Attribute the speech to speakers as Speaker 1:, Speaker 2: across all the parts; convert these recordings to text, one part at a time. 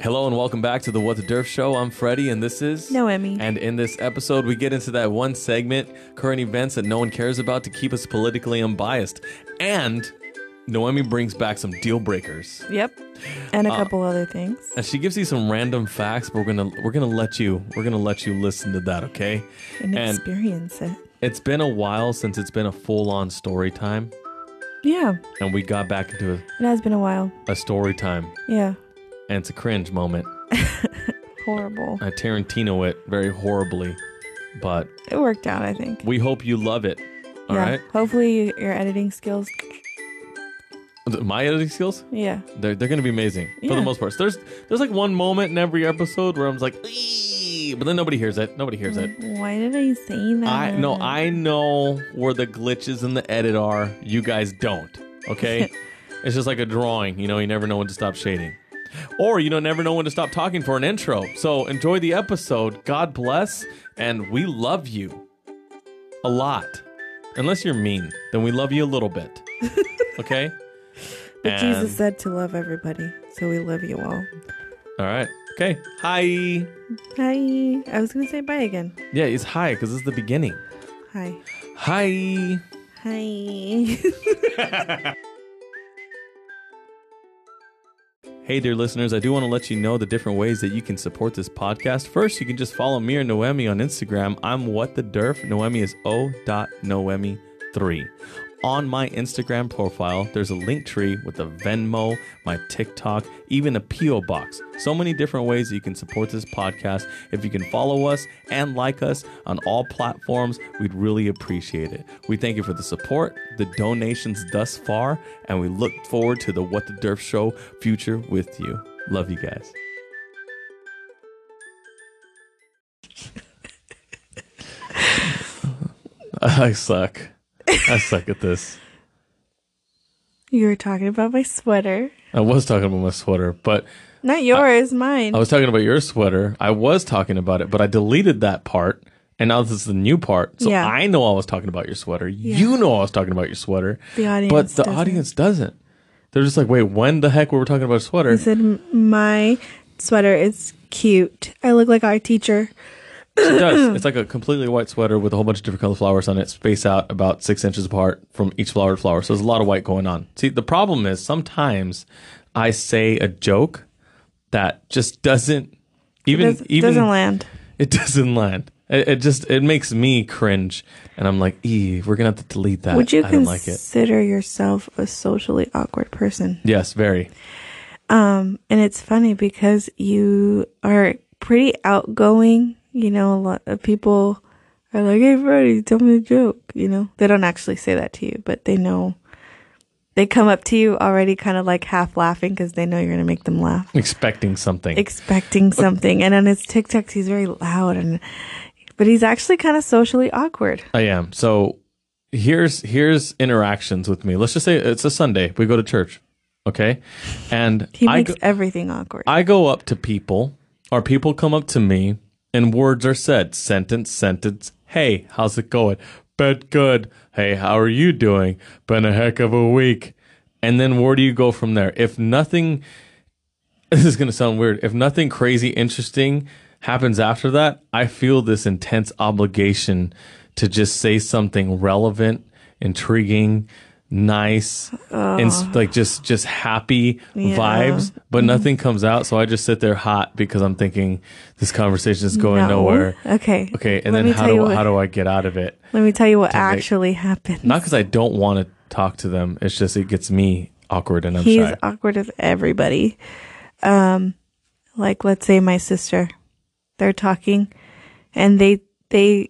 Speaker 1: Hello and welcome back to the What the Derf Show. I'm Freddie and this is
Speaker 2: Noemi.
Speaker 1: And in this episode, we get into that one segment, current events that no one cares about to keep us politically unbiased. And Noemi brings back some deal breakers.
Speaker 2: Yep. And a
Speaker 1: Uh,
Speaker 2: couple other things.
Speaker 1: And she gives you some random facts, but we're gonna we're gonna let you we're gonna let you listen to that, okay?
Speaker 2: And,
Speaker 1: and-
Speaker 2: experience it.
Speaker 1: It's been a while since it's been a full on story time,
Speaker 2: Yeah.
Speaker 1: and we got back into a,
Speaker 2: It has been a while.
Speaker 1: a story time,
Speaker 2: Yeah.
Speaker 1: and it's a cringe moment.
Speaker 2: Horrible.
Speaker 1: I Tarantino it very horribly, but
Speaker 2: It worked out, I think.
Speaker 1: we hope you love it. All
Speaker 2: yeah.
Speaker 1: right,
Speaker 2: Hopefully you- your editing skills.
Speaker 1: my editing skills.
Speaker 2: Yeah.
Speaker 1: They're, they're gonna be amazing for the
Speaker 2: Yeah.
Speaker 1: most part. There's there's like one moment in every episode where I'm just like, "Eee," but then nobody hears it. Nobody hears it.
Speaker 2: Why did I say that?
Speaker 1: I no, I know where the glitches in the edit are. You guys don't. Okay, it's just like a drawing. You know, you never know when to stop shading, or you don't never know when to stop talking for an intro. So enjoy the episode. God bless, and we love you a lot. Unless you're mean, then we love you a little bit. Okay.
Speaker 2: But
Speaker 1: And-
Speaker 2: Jesus said to love everybody, so we love you all.
Speaker 1: All right. Okay. Hi.
Speaker 2: Hi. I was gonna say bye again.
Speaker 1: Yeah, it's hi because it's the beginning.
Speaker 2: Hi.
Speaker 1: Hi.
Speaker 2: Hi.
Speaker 1: Hey, dear listeners, I do want to let you know the different ways that you can support this podcast. First, you can just follow me or Noemi on Instagram. I'm what the derf. Noemi is o.noemi3. On my Instagram profile, there's a link tree with a Venmo, my TikTok, even a P.O. box. So many different ways that you can support this podcast. If you can follow us and like us on all platforms, we'd really appreciate it. We thank you for the support, the donations thus far, and we look forward to the What the Derf Show future with you. Love you guys. I suck. I suck at this.
Speaker 2: you were talking about my sweater.
Speaker 1: I was talking about my sweater, but Uh,
Speaker 2: Not yours, mine.
Speaker 1: I was talking about your sweater. I was talking about it, but I deleted that part. And now this is the new part. So
Speaker 2: Yeah.
Speaker 1: I know I was talking about your sweater. You know I was talking about your sweater.
Speaker 2: The audience
Speaker 1: But the
Speaker 2: doesn't.
Speaker 1: audience doesn't. They're just like, wait, when the heck were we talking about a sweater?
Speaker 2: I said "M- my sweater is cute. I look like our teacher.
Speaker 1: it does. It's like a completely white sweater with a whole bunch of different colored flowers on it, spaced out about six inches apart from each flower to flower. So there's a lot of white going on. See, the problem is sometimes I say a joke that just doesn't even
Speaker 2: Does,
Speaker 1: even
Speaker 2: doesn't land.
Speaker 1: it doesn't land. It, it just it makes me cringe, and I'm like, "Ee, we're gonna have to delete that."
Speaker 2: Would you
Speaker 1: I don't like it.
Speaker 2: consider yourself a socially awkward person?
Speaker 1: Yes, very.
Speaker 2: Um, and it's funny because you are pretty outgoing. You know, a lot of people are like, "Hey, Freddie, tell me a joke." You know, they don't actually say that to you, but they know. They come up to you already, kind of like half laughing because they know you're gonna make them laugh.
Speaker 1: Expecting something.
Speaker 2: expecting something. And on his TikToks, he's very loud and, but he's actually kind of socially awkward.
Speaker 1: I am. So here's here's interactions with me. Let's just say it's a Sunday. We go to church, okay? And
Speaker 2: He
Speaker 1: I
Speaker 2: makes
Speaker 1: go,
Speaker 2: everything awkward.
Speaker 1: I go up to people, or people come up to me, and words are said. Sentence, sentence. Hey, how's it going? Bet good. Hey, how are you doing? Been a heck of a week. And then where do you go from there? If nothing, this is going to sound weird. If nothing crazy interesting happens after that, I feel this intense obligation to just say something relevant, intriguing, nice, and s- like just just happy vibes,
Speaker 2: Mm-hmm.
Speaker 1: but nothing comes out, so I just sit there hot because I'm thinking this conversation is going
Speaker 2: No.
Speaker 1: nowhere.
Speaker 2: Okay.
Speaker 1: Okay, and
Speaker 2: Let
Speaker 1: then
Speaker 2: me
Speaker 1: how
Speaker 2: tell
Speaker 1: do
Speaker 2: you what-
Speaker 1: how do I get out of it?
Speaker 2: Let me tell you what actually happened.
Speaker 1: Not because I don't want to talk to them. It's just it gets me awkward and I'm
Speaker 2: He's
Speaker 1: shy.
Speaker 2: awkward with everybody. Um, like let's say my sister, they're talking, and they they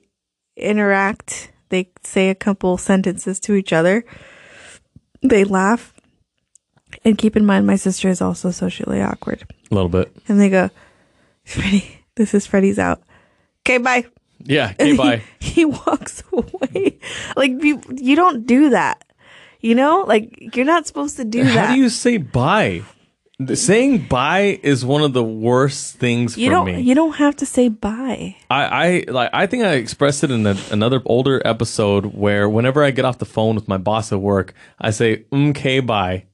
Speaker 2: interact. They say a couple sentences to each other. They laugh, and keep in mind my sister is also socially awkward.
Speaker 1: A little bit.
Speaker 2: And they go, Freddy, this is Freddy's out. Okay, bye.
Speaker 1: Yeah. Okay, bye.
Speaker 2: He walks away. Like you, you don't do that. You know, like you're not supposed to do that.
Speaker 1: How do you say bye? The- Saying bye is one of the worst things
Speaker 2: You
Speaker 1: for
Speaker 2: don't.
Speaker 1: me.
Speaker 2: You don't have to say bye.
Speaker 1: I, I like I think I expressed it in a, another older episode where whenever I get off the phone with my boss at work, I say okay "Mm, bye,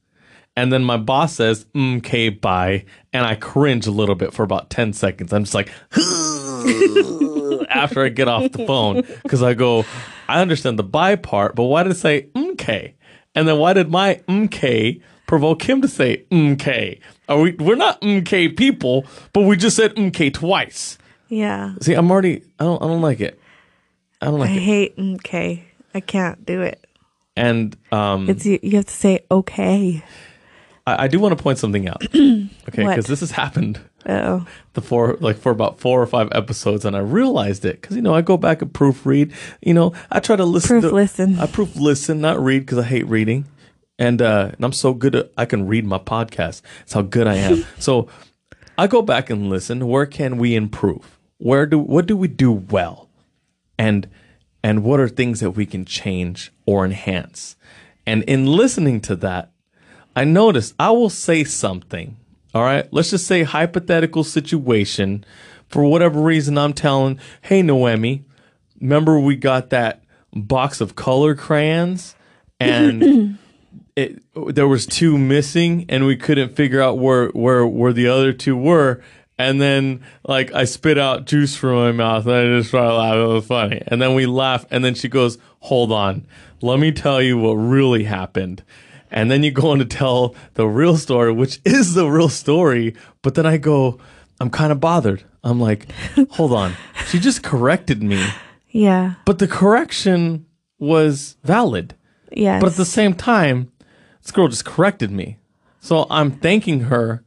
Speaker 1: And then my boss says, "Mm, okay, bye. And I cringe a little bit for about 10 seconds. I'm just like, after I get off the phone, because I go, I understand the bye part, but why did it say, "Mm, okay? And then why did my mk provoke him to say mk? Are we we're not mk people, but we just said mk twice.
Speaker 2: Yeah.
Speaker 1: See, I'm already I don't I don't like it. I don't
Speaker 2: I
Speaker 1: like it.
Speaker 2: hate okay. I can't do it.
Speaker 1: And um
Speaker 2: It's you, you have to say okay.
Speaker 1: I, I do want to point something out. okay,
Speaker 2: What?
Speaker 1: because this has happened
Speaker 2: Oh.
Speaker 1: the four like for about four or five episodes and I realized it because you know I go back and proofread. You know, I try to listen
Speaker 2: Proof
Speaker 1: to-
Speaker 2: listen.
Speaker 1: I proof listen, not read because I hate reading. And uh and I'm so good at I can read my podcast. That's how good I am. so I go back and listen. Where can we improve? Where do what do we do well? And and what are things that we can change or enhance? And in listening to that, I noticed I will say something. All right. Let's just say hypothetical situation. For whatever reason, I'm telling, hey, Noemi, remember we got that box of color crayons and it, there was two missing and we couldn't figure out where, where, where the other two were. And then like I spit out juice from my mouth and I just started laughing. It was funny. And then we laugh and then she goes, hold on. Let me tell you what really happened. And then you go on to tell the real story, which is the real story. But then I go, I'm kind of bothered. I'm like, hold on. She just corrected me.
Speaker 2: Yeah.
Speaker 1: But the correction was valid.
Speaker 2: Yes.
Speaker 1: But at the same time, this girl just corrected me. So I'm thanking her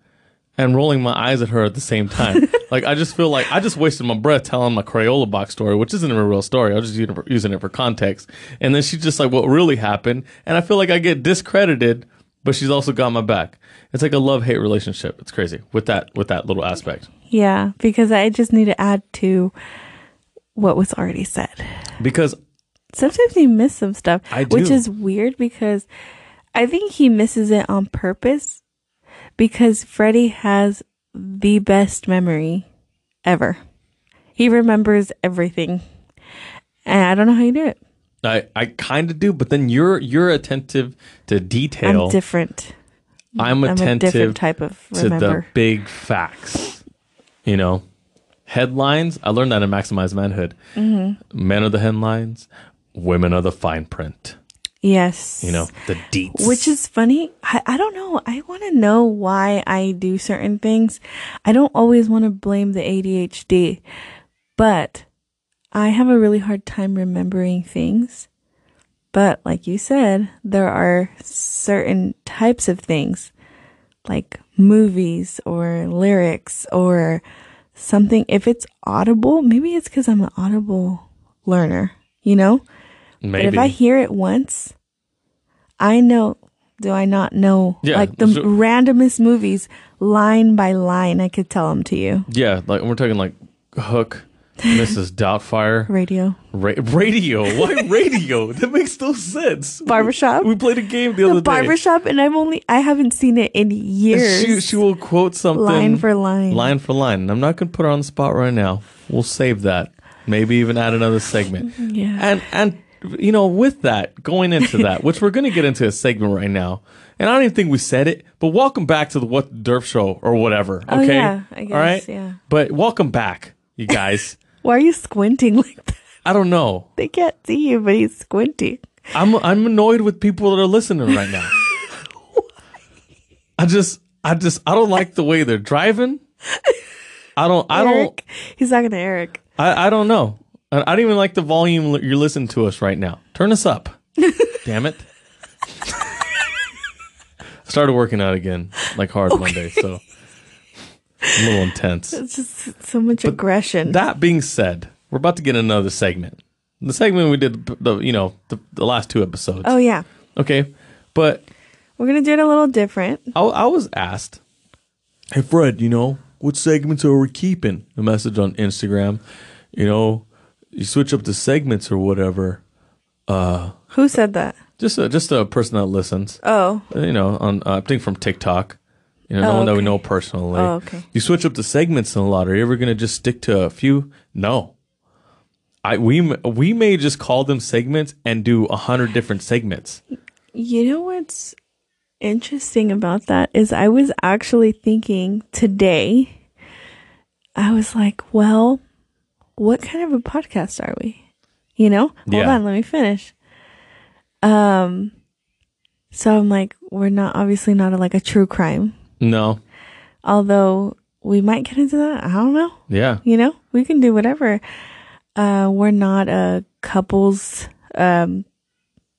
Speaker 1: and rolling my eyes at her at the same time. like, I just feel like I just wasted my breath telling my Crayola box story, which isn't a real story. I was just using it for- using it for context. And then she's just like, what really happened? And I feel like I get discredited, but she's also got my back. It's like a love hate relationship. It's crazy with that, with that little aspect.
Speaker 2: yeah, because I just need to add to what was already said.
Speaker 1: Because
Speaker 2: Sometimes you miss some stuff,
Speaker 1: I
Speaker 2: which
Speaker 1: do.
Speaker 2: is weird because I think he misses it on purpose because Freddie has the best memory ever. He remembers everything. And I don't know how you do it.
Speaker 1: I, I kind of do, but then you're, you're attentive to detail.
Speaker 2: I'm different.
Speaker 1: I'm
Speaker 2: I'm a
Speaker 1: attentive
Speaker 2: different type of
Speaker 1: to the
Speaker 2: remember.
Speaker 1: big facts. You know, headlines. I learned that in Maximize Manhood.
Speaker 2: Mm-hmm.
Speaker 1: Men are the headlines, women are the fine print.
Speaker 2: yes.
Speaker 1: You know, the deets.
Speaker 2: Which is funny. I, I don't know. I want to know why I do certain things. I don't always want to blame the ADHD, but I have a really hard time remembering things. But like you said, there are certain types of things like movies or lyrics or something. If it's audible, maybe it's because I'm an audible learner, you know? But
Speaker 1: maybe
Speaker 2: if I hear it once, I know. Do I not know
Speaker 1: Yeah,
Speaker 2: like the
Speaker 1: so-
Speaker 2: randomest movies line by line? I could tell them to you.
Speaker 1: yeah. Like we're talking like Hook, Mrs. Doubtfire,
Speaker 2: Radio,
Speaker 1: ra- radio. Why radio? that makes no sense.
Speaker 2: barbershop,
Speaker 1: We played a game the other
Speaker 2: the
Speaker 1: day.
Speaker 2: barbershop, and I've only I haven't seen it in years.
Speaker 1: She, she will quote something
Speaker 2: line for line.
Speaker 1: line for line. And I'm not gonna put her on the spot right now. We'll save that. Maybe even add another segment.
Speaker 2: Yeah.
Speaker 1: And and you know, with that, going into that, which we're gonna get into a segment right now, and I don't even think we said it, but welcome back to the What the Derp Show or whatever. Okay.
Speaker 2: Oh, yeah, I guess,
Speaker 1: All right.
Speaker 2: yeah.
Speaker 1: But welcome back, you guys.
Speaker 2: Why are you squinting like that?
Speaker 1: I don't know.
Speaker 2: They can't see you, but he's squinting.
Speaker 1: I'm I'm annoyed with people that are listening right now. I just I just I don't like the way they're driving. I don't I don't
Speaker 2: Eric, he's talking to Eric.
Speaker 1: I, I don't know. I, I don't even like the volume li- you're listening to us right now. Turn us up. Damn it. I started working out again, like hard Monday, so a little intense.
Speaker 2: It's just so much aggression.
Speaker 1: That being said, we're about to get another segment. The segment we did, the, the you know, the, the last two episodes.
Speaker 2: oh yeah,
Speaker 1: Okay, but
Speaker 2: we're gonna do it a little different.
Speaker 1: I, I was asked, "Hey Fred, you know what segments are we keeping?" A message on Instagram, you know, you switch up the segments or whatever.
Speaker 2: Who said that?
Speaker 1: Just a, just a person that listens,
Speaker 2: Oh,
Speaker 1: you know, on uh, I think from TikTok, you know, no
Speaker 2: Oh,
Speaker 1: one that we
Speaker 2: okay.
Speaker 1: know personally.
Speaker 2: Oh, okay.
Speaker 1: You switch up the segments in a lot. Are you ever gonna just stick to a few? No. I we m- we may just call them segments and do a hundred different segments.
Speaker 2: You know what's interesting about that is I was actually thinking today, I was like, well, what kind of a podcast are we? You know? Hold
Speaker 1: Yeah.
Speaker 2: on, let me finish. Um so I'm like, we're not obviously not a, like a true crime.
Speaker 1: No.
Speaker 2: Although we might get into that. I don't know.
Speaker 1: Yeah.
Speaker 2: You know, we can do whatever. Uh we're not a couples um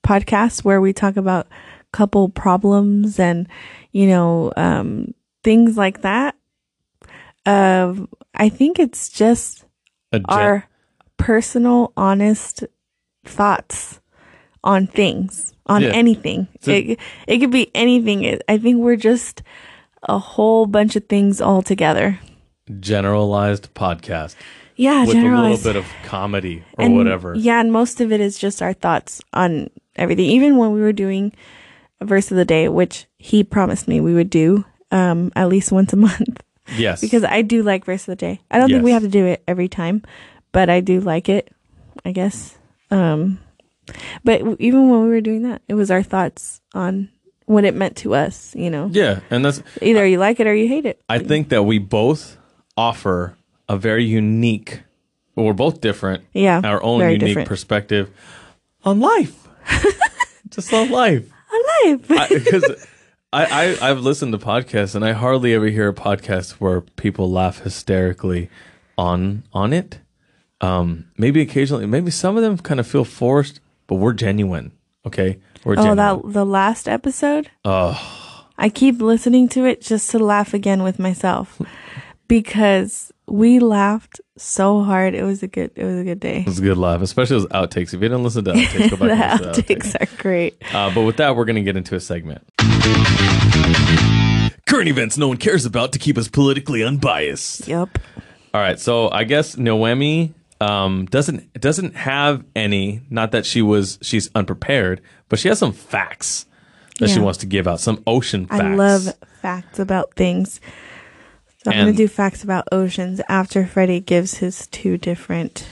Speaker 2: podcast where we talk about couple problems and you know um things like that. Uh I think it's just
Speaker 1: A gen-
Speaker 2: our personal, honest thoughts on things, on
Speaker 1: Yeah.
Speaker 2: anything.
Speaker 1: So-
Speaker 2: it, it could be anything. It- I think we're just a whole bunch of things all together.
Speaker 1: generalized podcast
Speaker 2: Yeah,
Speaker 1: with a
Speaker 2: generalized.
Speaker 1: little bit of comedy or
Speaker 2: And-
Speaker 1: whatever.
Speaker 2: Yeah, and most of it is just our thoughts on everything. Even when we were doing a verse of the day, which he promised me we would do um, at least once a month.
Speaker 1: Yes.
Speaker 2: because I do like verse of the day. I don't think we
Speaker 1: Yes.
Speaker 2: have to do it every time, but I do like it. I guess. Um, but w- even when we were doing that, it was our thoughts on what it meant to us. You know,
Speaker 1: yeah, and that's
Speaker 2: either you like it or you hate it.
Speaker 1: I think that we both offer a very unique well, we're both different.
Speaker 2: Yeah,
Speaker 1: Our own
Speaker 2: very
Speaker 1: unique
Speaker 2: different.
Speaker 1: perspective on life. Just on life.
Speaker 2: Alive.
Speaker 1: because I, I I've listened to podcasts and I hardly ever hear a podcast where people laugh hysterically on on it. Um, maybe occasionally, maybe some of them kind of feel forced, but we're genuine. Okay, we're
Speaker 2: oh,
Speaker 1: genuine.
Speaker 2: that the last episode. Oh, I keep listening to it just to laugh again with myself because we laughed so hard. It was a good. It was a good day.
Speaker 1: it's a good laugh, especially those outtakes. If you didn't listen to outtakes, go
Speaker 2: The
Speaker 1: back and listen to outtakes.
Speaker 2: outtakes are great.
Speaker 1: Uh, but with that, we're going to get into a segment. Current events no one cares about to keep us politically unbiased.
Speaker 2: Yep.
Speaker 1: All right, so I guess Noemi um, doesn't doesn't have any. Not that she was she's unprepared, but she has some facts that she
Speaker 2: Yeah.
Speaker 1: wants to give out. Some ocean facts.
Speaker 2: I love facts about things. So I'm going
Speaker 1: And-
Speaker 2: to do facts about oceans after Freddie gives his two different.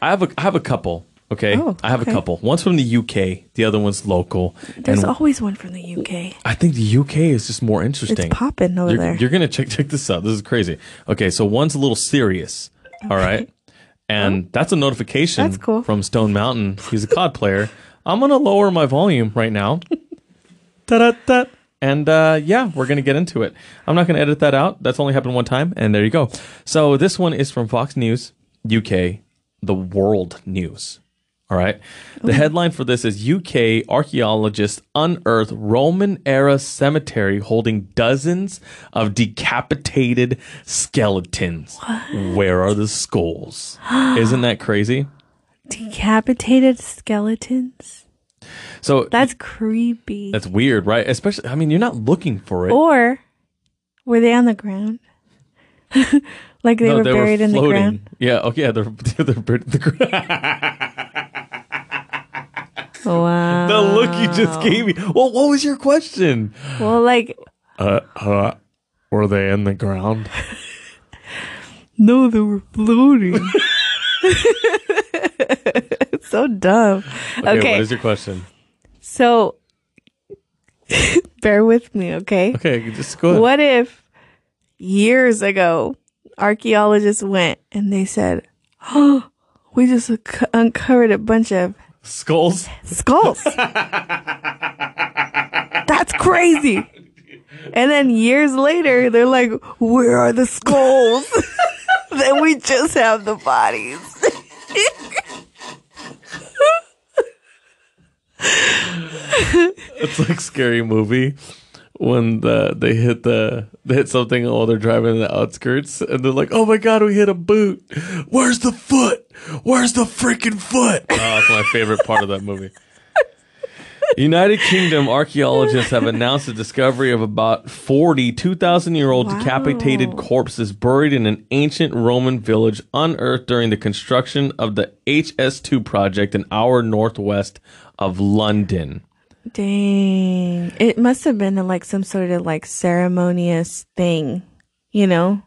Speaker 1: I have a I have a couple. Okay,
Speaker 2: Oh,
Speaker 1: I have
Speaker 2: okay.
Speaker 1: a couple. One's from the UK. The other one's local.
Speaker 2: There's
Speaker 1: and
Speaker 2: always one from the UK.
Speaker 1: I think the UK is just more interesting.
Speaker 2: It's popping over
Speaker 1: you're,
Speaker 2: there.
Speaker 1: you're gonna check check this out. This is crazy. Okay, so one's a little serious. All right, and that's a notification.
Speaker 2: Oh. That's cool.
Speaker 1: from Stone Mountain. He's a COD player. I'm gonna lower my volume right now. Ta-da-da. And uh, yeah, we're gonna get into it. I'm not gonna edit that out. That's only happened one time, and there you go. So this one is from Fox News UK, the World News. All right. The headline for this is UK archaeologists unearth Roman era cemetery holding dozens of decapitated skeletons. Where are the skulls? Isn't that crazy?
Speaker 2: Decapitated skeletons.
Speaker 1: So
Speaker 2: That's creepy.
Speaker 1: that's weird, right? Especially, I mean, you're not looking for it.
Speaker 2: or were they on the ground? like they were buried in the ground?
Speaker 1: Yeah, okay, yeah, they're, they're buried in the ground.
Speaker 2: Wow.
Speaker 1: the look you
Speaker 2: Oh.
Speaker 1: just gave me. Well, what was your question?
Speaker 2: well, like,
Speaker 1: Uh, uh, were they in the ground?
Speaker 2: no, they were floating. it's so dumb.
Speaker 1: Okay,
Speaker 2: Okay.
Speaker 1: what is your question?
Speaker 2: So bear with me, okay?
Speaker 1: Okay, just go ahead.
Speaker 2: What if years ago archaeologists went and they said, "Oh, we just unco- uncovered a bunch of
Speaker 1: Skulls?
Speaker 2: skulls." That's crazy. And then years later, they're like, "Where are the skulls?" then we just have the bodies.
Speaker 1: It's like scary movie when the, they hit the they hit something while they're driving in the outskirts and they're like, "Oh my god, we hit a boot! Where's the foot? Where's the freaking foot?" Oh, that's my favorite part of that movie. United Kingdom archaeologists have announced the discovery of about 40 2,000 year old
Speaker 2: Wow.
Speaker 1: decapitated corpses buried in an ancient Roman village unearthed during the construction of the HS2 project an hour northwest of London.
Speaker 2: Dang. It must have been like some sort of like ceremonious thing, you know?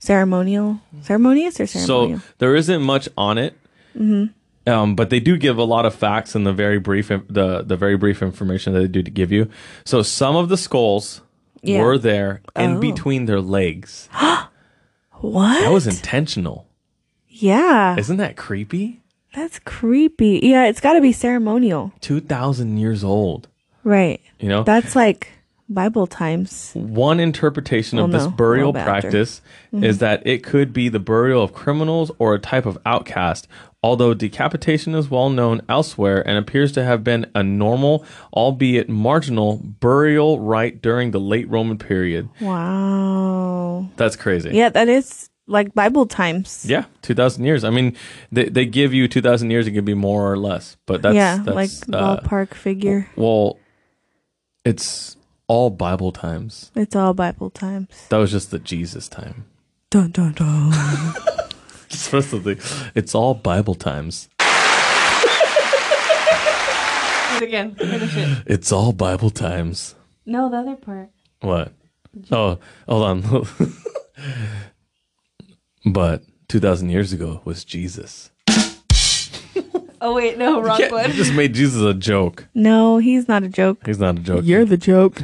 Speaker 2: Ceremonial? Ceremonious or ceremonial?
Speaker 1: So there isn't much on it.
Speaker 2: Mm-hmm.
Speaker 1: Um, but they do give a lot of facts and the very brief the the very brief information that they do to give you. So some of the skulls
Speaker 2: Yeah.
Speaker 1: were there in
Speaker 2: Oh.
Speaker 1: between their legs.
Speaker 2: What?
Speaker 1: That was intentional.
Speaker 2: yeah.
Speaker 1: Isn't that creepy?
Speaker 2: That's creepy. Yeah, it's got to be ceremonial.
Speaker 1: Two thousand years old.
Speaker 2: Right.
Speaker 1: You know,
Speaker 2: That's like Bible times.
Speaker 1: one interpretation of
Speaker 2: Well,
Speaker 1: this
Speaker 2: no,
Speaker 1: burial
Speaker 2: well, Mm-hmm. after.
Speaker 1: practice is that it could be the burial of criminals or a type of outcast, although decapitation is well known elsewhere and appears to have been a normal, albeit marginal, burial rite during the late Roman period.
Speaker 2: Wow.
Speaker 1: That's crazy.
Speaker 2: Yeah, that is like Bible times.
Speaker 1: Yeah, 2,000 years. I mean, they, they give you 2,000 years, it could be more or less, but that's,
Speaker 2: yeah, like
Speaker 1: that's uh,
Speaker 2: ballpark figure.
Speaker 1: well, it's all Bible times.
Speaker 2: It's all Bible times.
Speaker 1: That was just the Jesus time.
Speaker 2: Dun dun dun.
Speaker 1: Explicitly. It's all Bible times.
Speaker 2: it again. Finish it.
Speaker 1: It's all Bible times.
Speaker 2: No, the other part.
Speaker 1: What? Oh, hold on. but 2,000 years ago was Jesus.
Speaker 2: Oh wait, no, wrong
Speaker 1: Yeah, you just made Jesus a joke.
Speaker 2: No, he's not a joke.
Speaker 1: He's not a joke.
Speaker 2: the joke.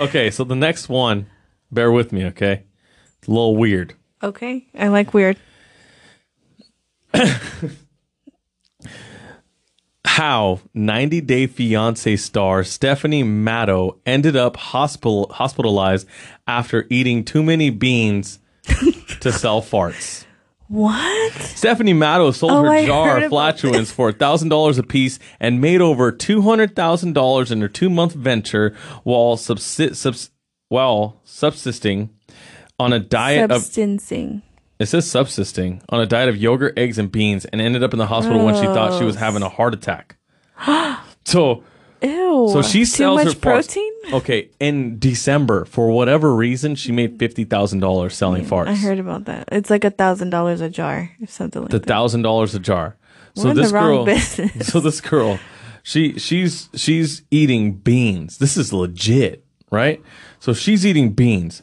Speaker 1: okay, so the next one, bear with me, okay? It's a little weird.
Speaker 2: okay, I like weird.
Speaker 1: How 90 Day Fiance star Stephanie Maddow ended up hospital hospitalized after eating too many beans to sell farts.
Speaker 2: What?
Speaker 1: Stephanie Maddow sold
Speaker 2: Oh,
Speaker 1: her
Speaker 2: I
Speaker 1: jar
Speaker 2: heard
Speaker 1: of
Speaker 2: about
Speaker 1: flatulence for $1,000 apiece and made over $200,000 in her two month venture while, subsi- subs- while subsisting on a diet of.
Speaker 2: Substancing.
Speaker 1: It says subsisting on a diet of yogurt, eggs, and beans and ended up in the hospital when she thought she was
Speaker 2: Oh.
Speaker 1: having a heart attack. so.
Speaker 2: Ew.
Speaker 1: So she sells
Speaker 2: too much
Speaker 1: her farts.
Speaker 2: protein.
Speaker 1: Okay, in December, for whatever reason, she made fifty thousand dollars selling farts.
Speaker 2: I heard about that. It's like a thousand dollars a jar or something like
Speaker 1: the
Speaker 2: that.
Speaker 1: thousand dollars a jar.
Speaker 2: We're
Speaker 1: So
Speaker 2: in the
Speaker 1: this
Speaker 2: wrong
Speaker 1: girl,
Speaker 2: business.
Speaker 1: so this girl, she she's she's eating beans. This is legit, right? So she's eating beans,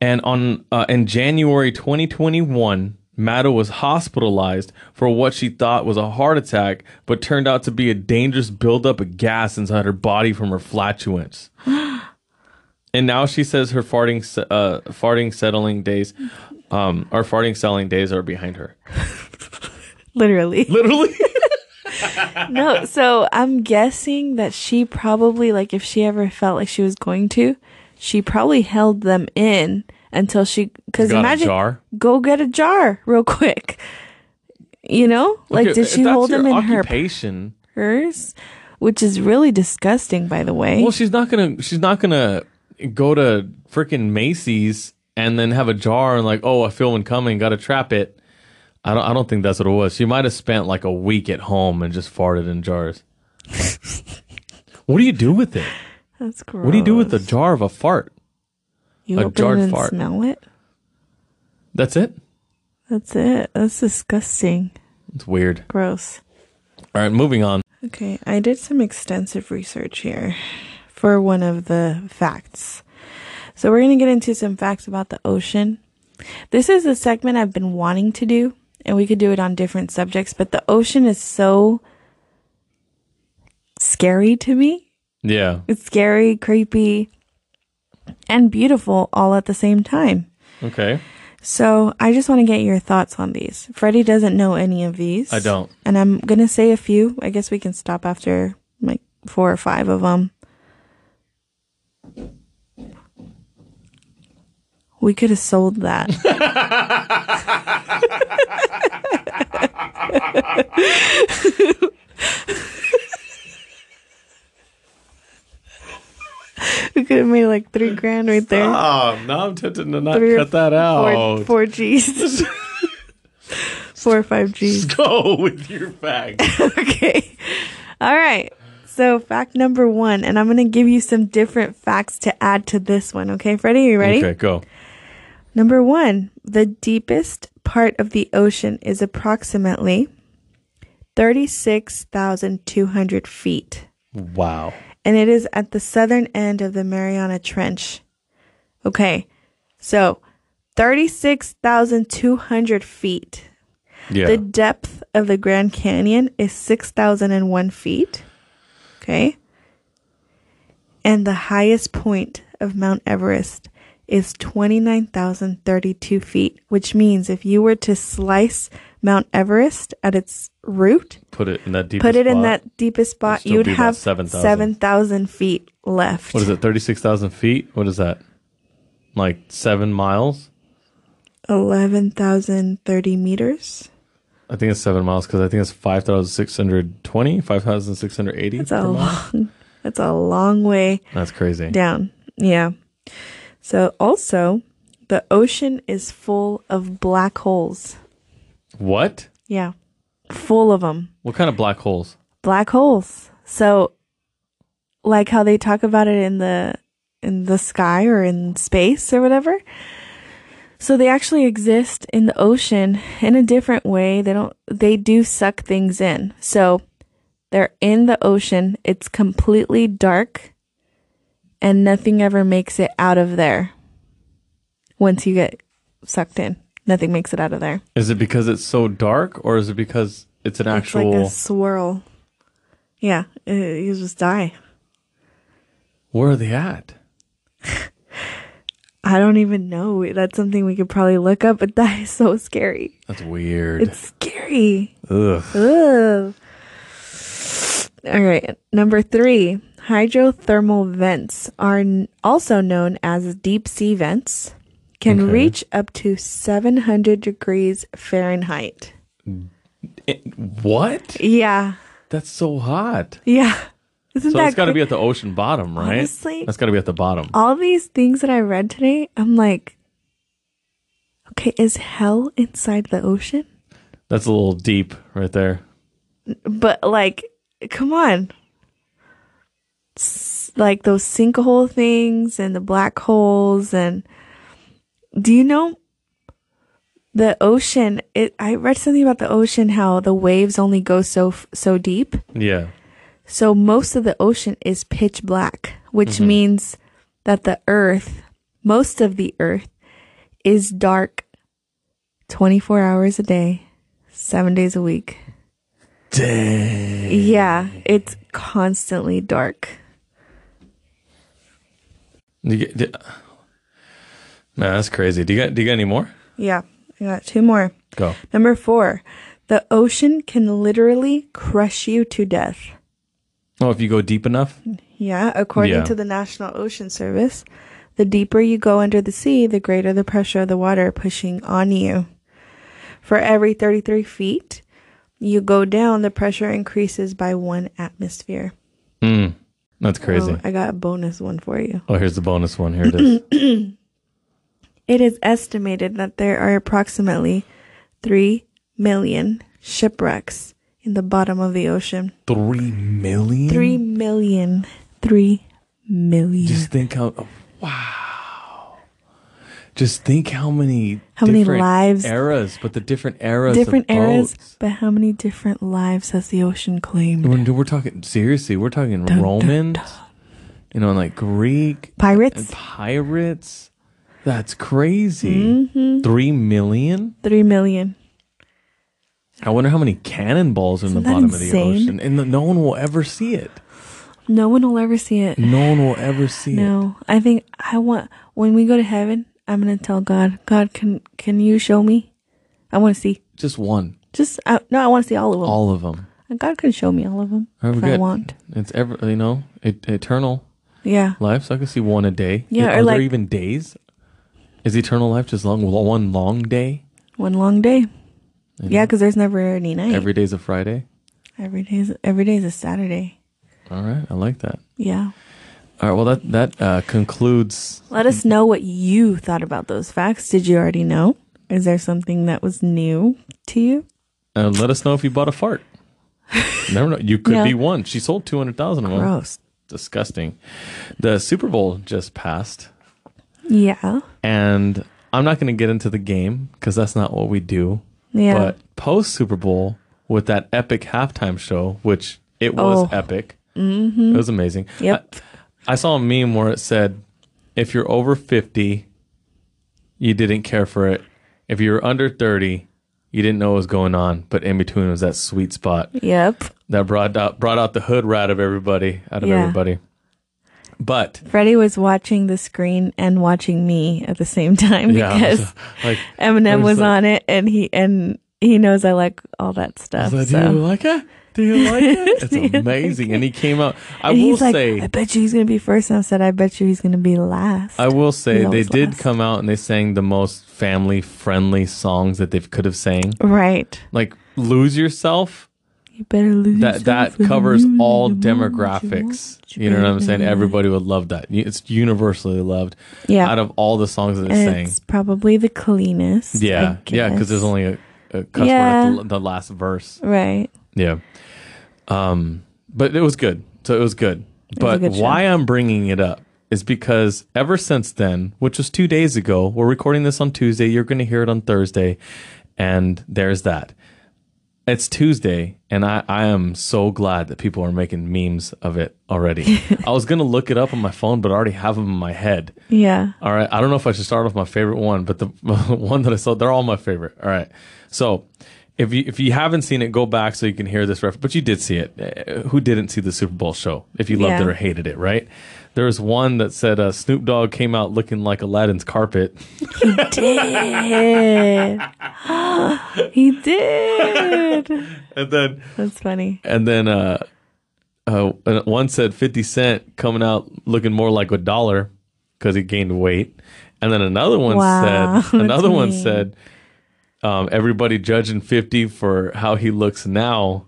Speaker 1: and on uh, in January 2021, Maddow was hospitalized for what she thought was a heart attack, but turned out to be a dangerous buildup of gas inside her body from her flatulence. And now she says her farting, s- uh, farting settling days, um, our farting selling days are behind her.
Speaker 2: Literally.
Speaker 1: Literally.
Speaker 2: No, so I'm guessing that she probably, like, if she ever felt like she was going to, she probably held them in until she. Because
Speaker 1: Got a
Speaker 2: imagine,
Speaker 1: jar?
Speaker 2: go get a jar real quick. You know, like, did she hold them in her
Speaker 1: occupation?
Speaker 2: purse? Which is really disgusting, by the way.
Speaker 1: Well, she's not gonna. She's not gonna go to freaking Macy's and then have a jar and like, oh, I feel one coming, gotta trap it. I don't. I don't think that's what it was. She might have spent like a week at home and just farted in jars. what do you do with it?
Speaker 2: That's gross.
Speaker 1: What do you do with a jar of a fart?
Speaker 2: You
Speaker 1: a
Speaker 2: open
Speaker 1: jarred
Speaker 2: it and
Speaker 1: fart?
Speaker 2: smell it?
Speaker 1: That's it.
Speaker 2: That's it. That's disgusting.
Speaker 1: It's weird.
Speaker 2: Gross.
Speaker 1: All right, moving on.
Speaker 2: Okay, I did some extensive research here for one of the facts. So we're going to get into some facts about the ocean. This is a segment I've been wanting to do, and we could do it on different subjects, but the ocean is so scary to me.
Speaker 1: Yeah.
Speaker 2: It's scary, creepy, and beautiful all at the same time.
Speaker 1: Okay.
Speaker 2: So I just want to get your thoughts on these. Freddie doesn't know any of these.
Speaker 1: I don't.
Speaker 2: And I'm gonna say a few. I guess we can stop after like four or five of them. We could have sold that. we could have made like three grand right there.
Speaker 1: Oh, now I'm tempted to not
Speaker 2: Three or
Speaker 1: cut that out.
Speaker 2: Four, four G's. four or five G's.
Speaker 1: Go with your facts.
Speaker 2: Okay. All right. So, fact number one, and I'm going to give you some different facts to add to this one. Okay, Freddie, you ready?
Speaker 1: Okay, go.
Speaker 2: Number one, the deepest part of the ocean is approximately 36,200 feet,
Speaker 1: Wow.
Speaker 2: and it is at the southern end of the Mariana Trench. Okay, so 36,200 feet.
Speaker 1: Yeah.
Speaker 2: The depth of the Grand Canyon is 6,001 feet. Okay. And the highest point of Mount Everest is 29,032 feet, which means if you were to slice Mount Everest at its root,
Speaker 1: put it in that deep.
Speaker 2: put it in that deepest spot,
Speaker 1: still
Speaker 2: you'd
Speaker 1: be about
Speaker 2: have
Speaker 1: 7,000.
Speaker 2: 7,000 feet left.
Speaker 1: What is it? Thirty-six thousand feet. What is that? Like seven miles.
Speaker 2: 11,030 meters.
Speaker 1: I think it's seven miles because I think it's 5,620, 5,680.
Speaker 2: That's a long, that's a long way
Speaker 1: That's crazy.
Speaker 2: down. Yeah. So also, the ocean is full of black holes.
Speaker 1: What?
Speaker 2: Yeah. Full of them.
Speaker 1: What kind of black holes?
Speaker 2: black holes. So like how they talk about it in the in the sky or in space or whatever. So they actually exist in the ocean in a different way. They don't they do suck things in. So they're in the ocean. It's completely dark and nothing ever makes it out of there. Once you get sucked in, nothing makes it out of there.
Speaker 1: Is it because it's so dark or is it because it's an
Speaker 2: It's
Speaker 1: actual.
Speaker 2: like a swirl. Yeah, uh, you just die.
Speaker 1: Where are they at?
Speaker 2: I don't even know. That's something we could probably look up, but that is so scary.
Speaker 1: That's weird.
Speaker 2: It's scary.
Speaker 1: Ugh.
Speaker 2: Ugh. All right. Number three hydrothermal vents are n- also known as deep sea vents, can
Speaker 1: Okay.
Speaker 2: reach up to 700 degrees Fahrenheit.
Speaker 1: It- what?
Speaker 2: Yeah.
Speaker 1: That's so hot.
Speaker 2: Yeah. Isn't
Speaker 1: So
Speaker 2: that
Speaker 1: it's got to
Speaker 2: cra-
Speaker 1: be at the ocean bottom, right?
Speaker 2: Honestly-
Speaker 1: That's got to be at the bottom.
Speaker 2: all these things that I read today? I'm like, okay, is hell inside the ocean?
Speaker 1: That's a little deep right there.
Speaker 2: but like come on S- like those sinkhole things and the black holes and do you know the ocean it i read something about the ocean how the waves only go so f- so deep
Speaker 1: Yeah.
Speaker 2: so most of the ocean is pitch black which means that the earth most of the earth is dark 24 hours a day 7 days a week
Speaker 1: Dang.
Speaker 2: yeah, it's constantly dark.
Speaker 1: You get- di- Man, that's crazy. Do you got, do you got any more?
Speaker 2: Yeah, I got two more.
Speaker 1: Go.
Speaker 2: Number four, the ocean can literally crush you to death.
Speaker 1: Oh, if you go deep enough?
Speaker 2: Yeah, according
Speaker 1: Yeah.
Speaker 2: to the National Ocean Service, the deeper you go under the sea, the greater the pressure of the water pushing on you. For every 33 feet you go down, the pressure increases by one atmosphere.
Speaker 1: Mm, that's crazy.
Speaker 2: Oh, I got a bonus one for you.
Speaker 1: Oh, here's the bonus one. Here it is.
Speaker 2: It is estimated that there are approximately 3 million shipwrecks in the bottom of the ocean.
Speaker 1: Three million.
Speaker 2: 3 million. 3 million.
Speaker 1: Just think how. oh, wow. Just think how many.
Speaker 2: How many
Speaker 1: different
Speaker 2: lives-
Speaker 1: Eras, but the different eras. of
Speaker 2: different eras,
Speaker 1: boats. Hmm.
Speaker 2: but how many different lives has the ocean claimed?
Speaker 1: We're, we're talking seriously. We're talking
Speaker 2: dun,
Speaker 1: Romans. You know, like Greek and
Speaker 2: Pirates?
Speaker 1: pirates. That's
Speaker 2: Mm-hmm.
Speaker 1: crazy. Three million.
Speaker 2: 3 million.
Speaker 1: I wonder how many cannonballs are in the
Speaker 2: Isn't that
Speaker 1: bottom of
Speaker 2: insane?
Speaker 1: the ocean, and no one will ever see it.
Speaker 2: No one will ever see it.
Speaker 1: No one will ever see it.
Speaker 2: No. I think I want when we go to heaven, I'm going to tell God, God, can can you show me? I want to see.
Speaker 1: Just one.
Speaker 2: Just I, no, I want to see all of them.
Speaker 1: All of them.
Speaker 2: And God can show me all of them
Speaker 1: All right, we're
Speaker 2: if I
Speaker 1: good.
Speaker 2: want.
Speaker 1: It's ever you know et- eternal
Speaker 2: Yeah.
Speaker 1: life. So I can see one a day.
Speaker 2: Yeah,
Speaker 1: Are
Speaker 2: or
Speaker 1: there
Speaker 2: like-
Speaker 1: even days? Is eternal life just long one long day?
Speaker 2: One long day. Yeah, because there's never any night.
Speaker 1: Every day's a Friday.
Speaker 2: every day is every day is a Saturday.
Speaker 1: All right, I like that.
Speaker 2: Yeah.
Speaker 1: All right, well that that uh, concludes.
Speaker 2: Let us know what you thought about those facts. Did you already know? Is there something that was new to you?
Speaker 1: Uh, let us know if you bought a fart. Never know. You could
Speaker 2: No.
Speaker 1: be one. She sold two hundred thousand of them.
Speaker 2: Gross.
Speaker 1: Disgusting. The Super Bowl just passed.
Speaker 2: Yeah.
Speaker 1: and I'm not going to get into the game because that's not what we do.
Speaker 2: Yeah.
Speaker 1: But post Super Bowl with that epic halftime show, which it was
Speaker 2: Oh.
Speaker 1: epic. Mm-hmm. It was amazing.
Speaker 2: Yep.
Speaker 1: I, I saw a meme where it said, "If you're over 50, you didn't care for it. If you're under 30, You didn't know what was going on, but in between was that sweet spot
Speaker 2: Yep.
Speaker 1: that brought out brought out the hood rat of everybody out of
Speaker 2: Yeah.
Speaker 1: everybody. But
Speaker 2: Freddie was watching the screen and watching me at the same time
Speaker 1: yeah, I was,
Speaker 2: because
Speaker 1: uh, like I
Speaker 2: Eminem
Speaker 1: was
Speaker 2: was
Speaker 1: like-
Speaker 2: on it and he and he knows I like all that
Speaker 1: I
Speaker 2: stuff.
Speaker 1: was like, do you
Speaker 2: so
Speaker 1: like it? Do you like it?
Speaker 2: Do you
Speaker 1: It's
Speaker 2: like
Speaker 1: amazing. And he came out. I
Speaker 2: and
Speaker 1: will
Speaker 2: he's like,
Speaker 1: say,
Speaker 2: I bet you he's gonna be first. And I said, I bet you he's gonna be last.
Speaker 1: I will say
Speaker 2: He's
Speaker 1: they
Speaker 2: always
Speaker 1: did
Speaker 2: last.
Speaker 1: come out and they sang the most family friendly songs that they could have sang.
Speaker 2: right.
Speaker 1: Like "Lose Yourself."
Speaker 2: You better lose.
Speaker 1: That that
Speaker 2: yourself and
Speaker 1: covers
Speaker 2: lose
Speaker 1: all
Speaker 2: the moment you
Speaker 1: demographics.
Speaker 2: want.
Speaker 1: You know what I'm saying?
Speaker 2: better-
Speaker 1: Everybody would love that. It's universally loved.
Speaker 2: Yeah.
Speaker 1: Out of all the songs that they
Speaker 2: And
Speaker 1: sang,
Speaker 2: it's probably the cleanest.
Speaker 1: yeah,
Speaker 2: I
Speaker 1: yeah, because there's
Speaker 2: guess.
Speaker 1: only a, a cuss word at the, the last verse.
Speaker 2: right.
Speaker 1: Yeah. Um, but it was good. So it was good. But
Speaker 2: good show.
Speaker 1: why I'm bringing it up is because ever since then, which was two days ago, we're recording this on Tuesday. You're going to hear it on Thursday. And there's that. It's Tuesday, and I, I am so glad that people are making memes of it already. I was going to look it up on my phone, but I already have them in my head.
Speaker 2: Yeah.
Speaker 1: All right. I don't know if I should start off my favorite one, but the one that I saw, they're all my favorite. All right. So if you if you haven't seen it, go back so you can hear this reference. But you did see it. Uh, Who didn't see the Super Bowl show? If you loved
Speaker 2: Yeah.
Speaker 1: it or hated it, right? There was one that said uh, Snoop Dogg came out looking like Aladdin's carpet.
Speaker 2: Did. he did.
Speaker 1: And then
Speaker 2: That's funny.
Speaker 1: and then uh, uh, and one said 50 Cent coming out looking more like a dollar because he gained weight. And then another one
Speaker 2: Wow,
Speaker 1: said, another
Speaker 2: that's
Speaker 1: one
Speaker 2: mean.
Speaker 1: said, um, everybody judging 50 for how he looks now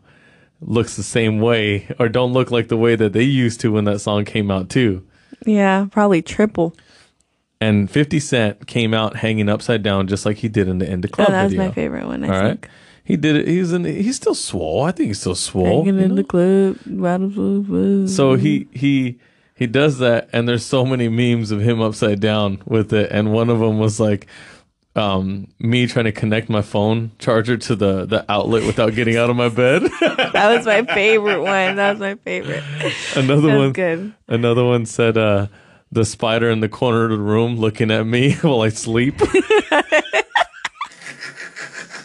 Speaker 1: looks the same way or don't look like the way that they used to when that song came out, too.
Speaker 2: Yeah, probably triple.
Speaker 1: And 50 Cent came out hanging upside down just like he did in the end of
Speaker 2: Oh,
Speaker 1: club
Speaker 2: that was
Speaker 1: video.
Speaker 2: my favorite one. I
Speaker 1: All right.
Speaker 2: think.
Speaker 1: He did it. He's in. He's still swole. I think he's still swole.
Speaker 2: Hanging
Speaker 1: you
Speaker 2: in
Speaker 1: know?
Speaker 2: the club. blah, blah, blah, blah.
Speaker 1: So he he he does that, and there's so many memes of him upside down with it, and one of them was like. Um, me trying to connect my phone charger to the the outlet without getting out of my bed.
Speaker 2: that was my favorite one. That was my favorite.
Speaker 1: another
Speaker 2: That was
Speaker 1: one,
Speaker 2: good.
Speaker 1: another one said, uh, "The spider in the corner of the room looking at me while I sleep."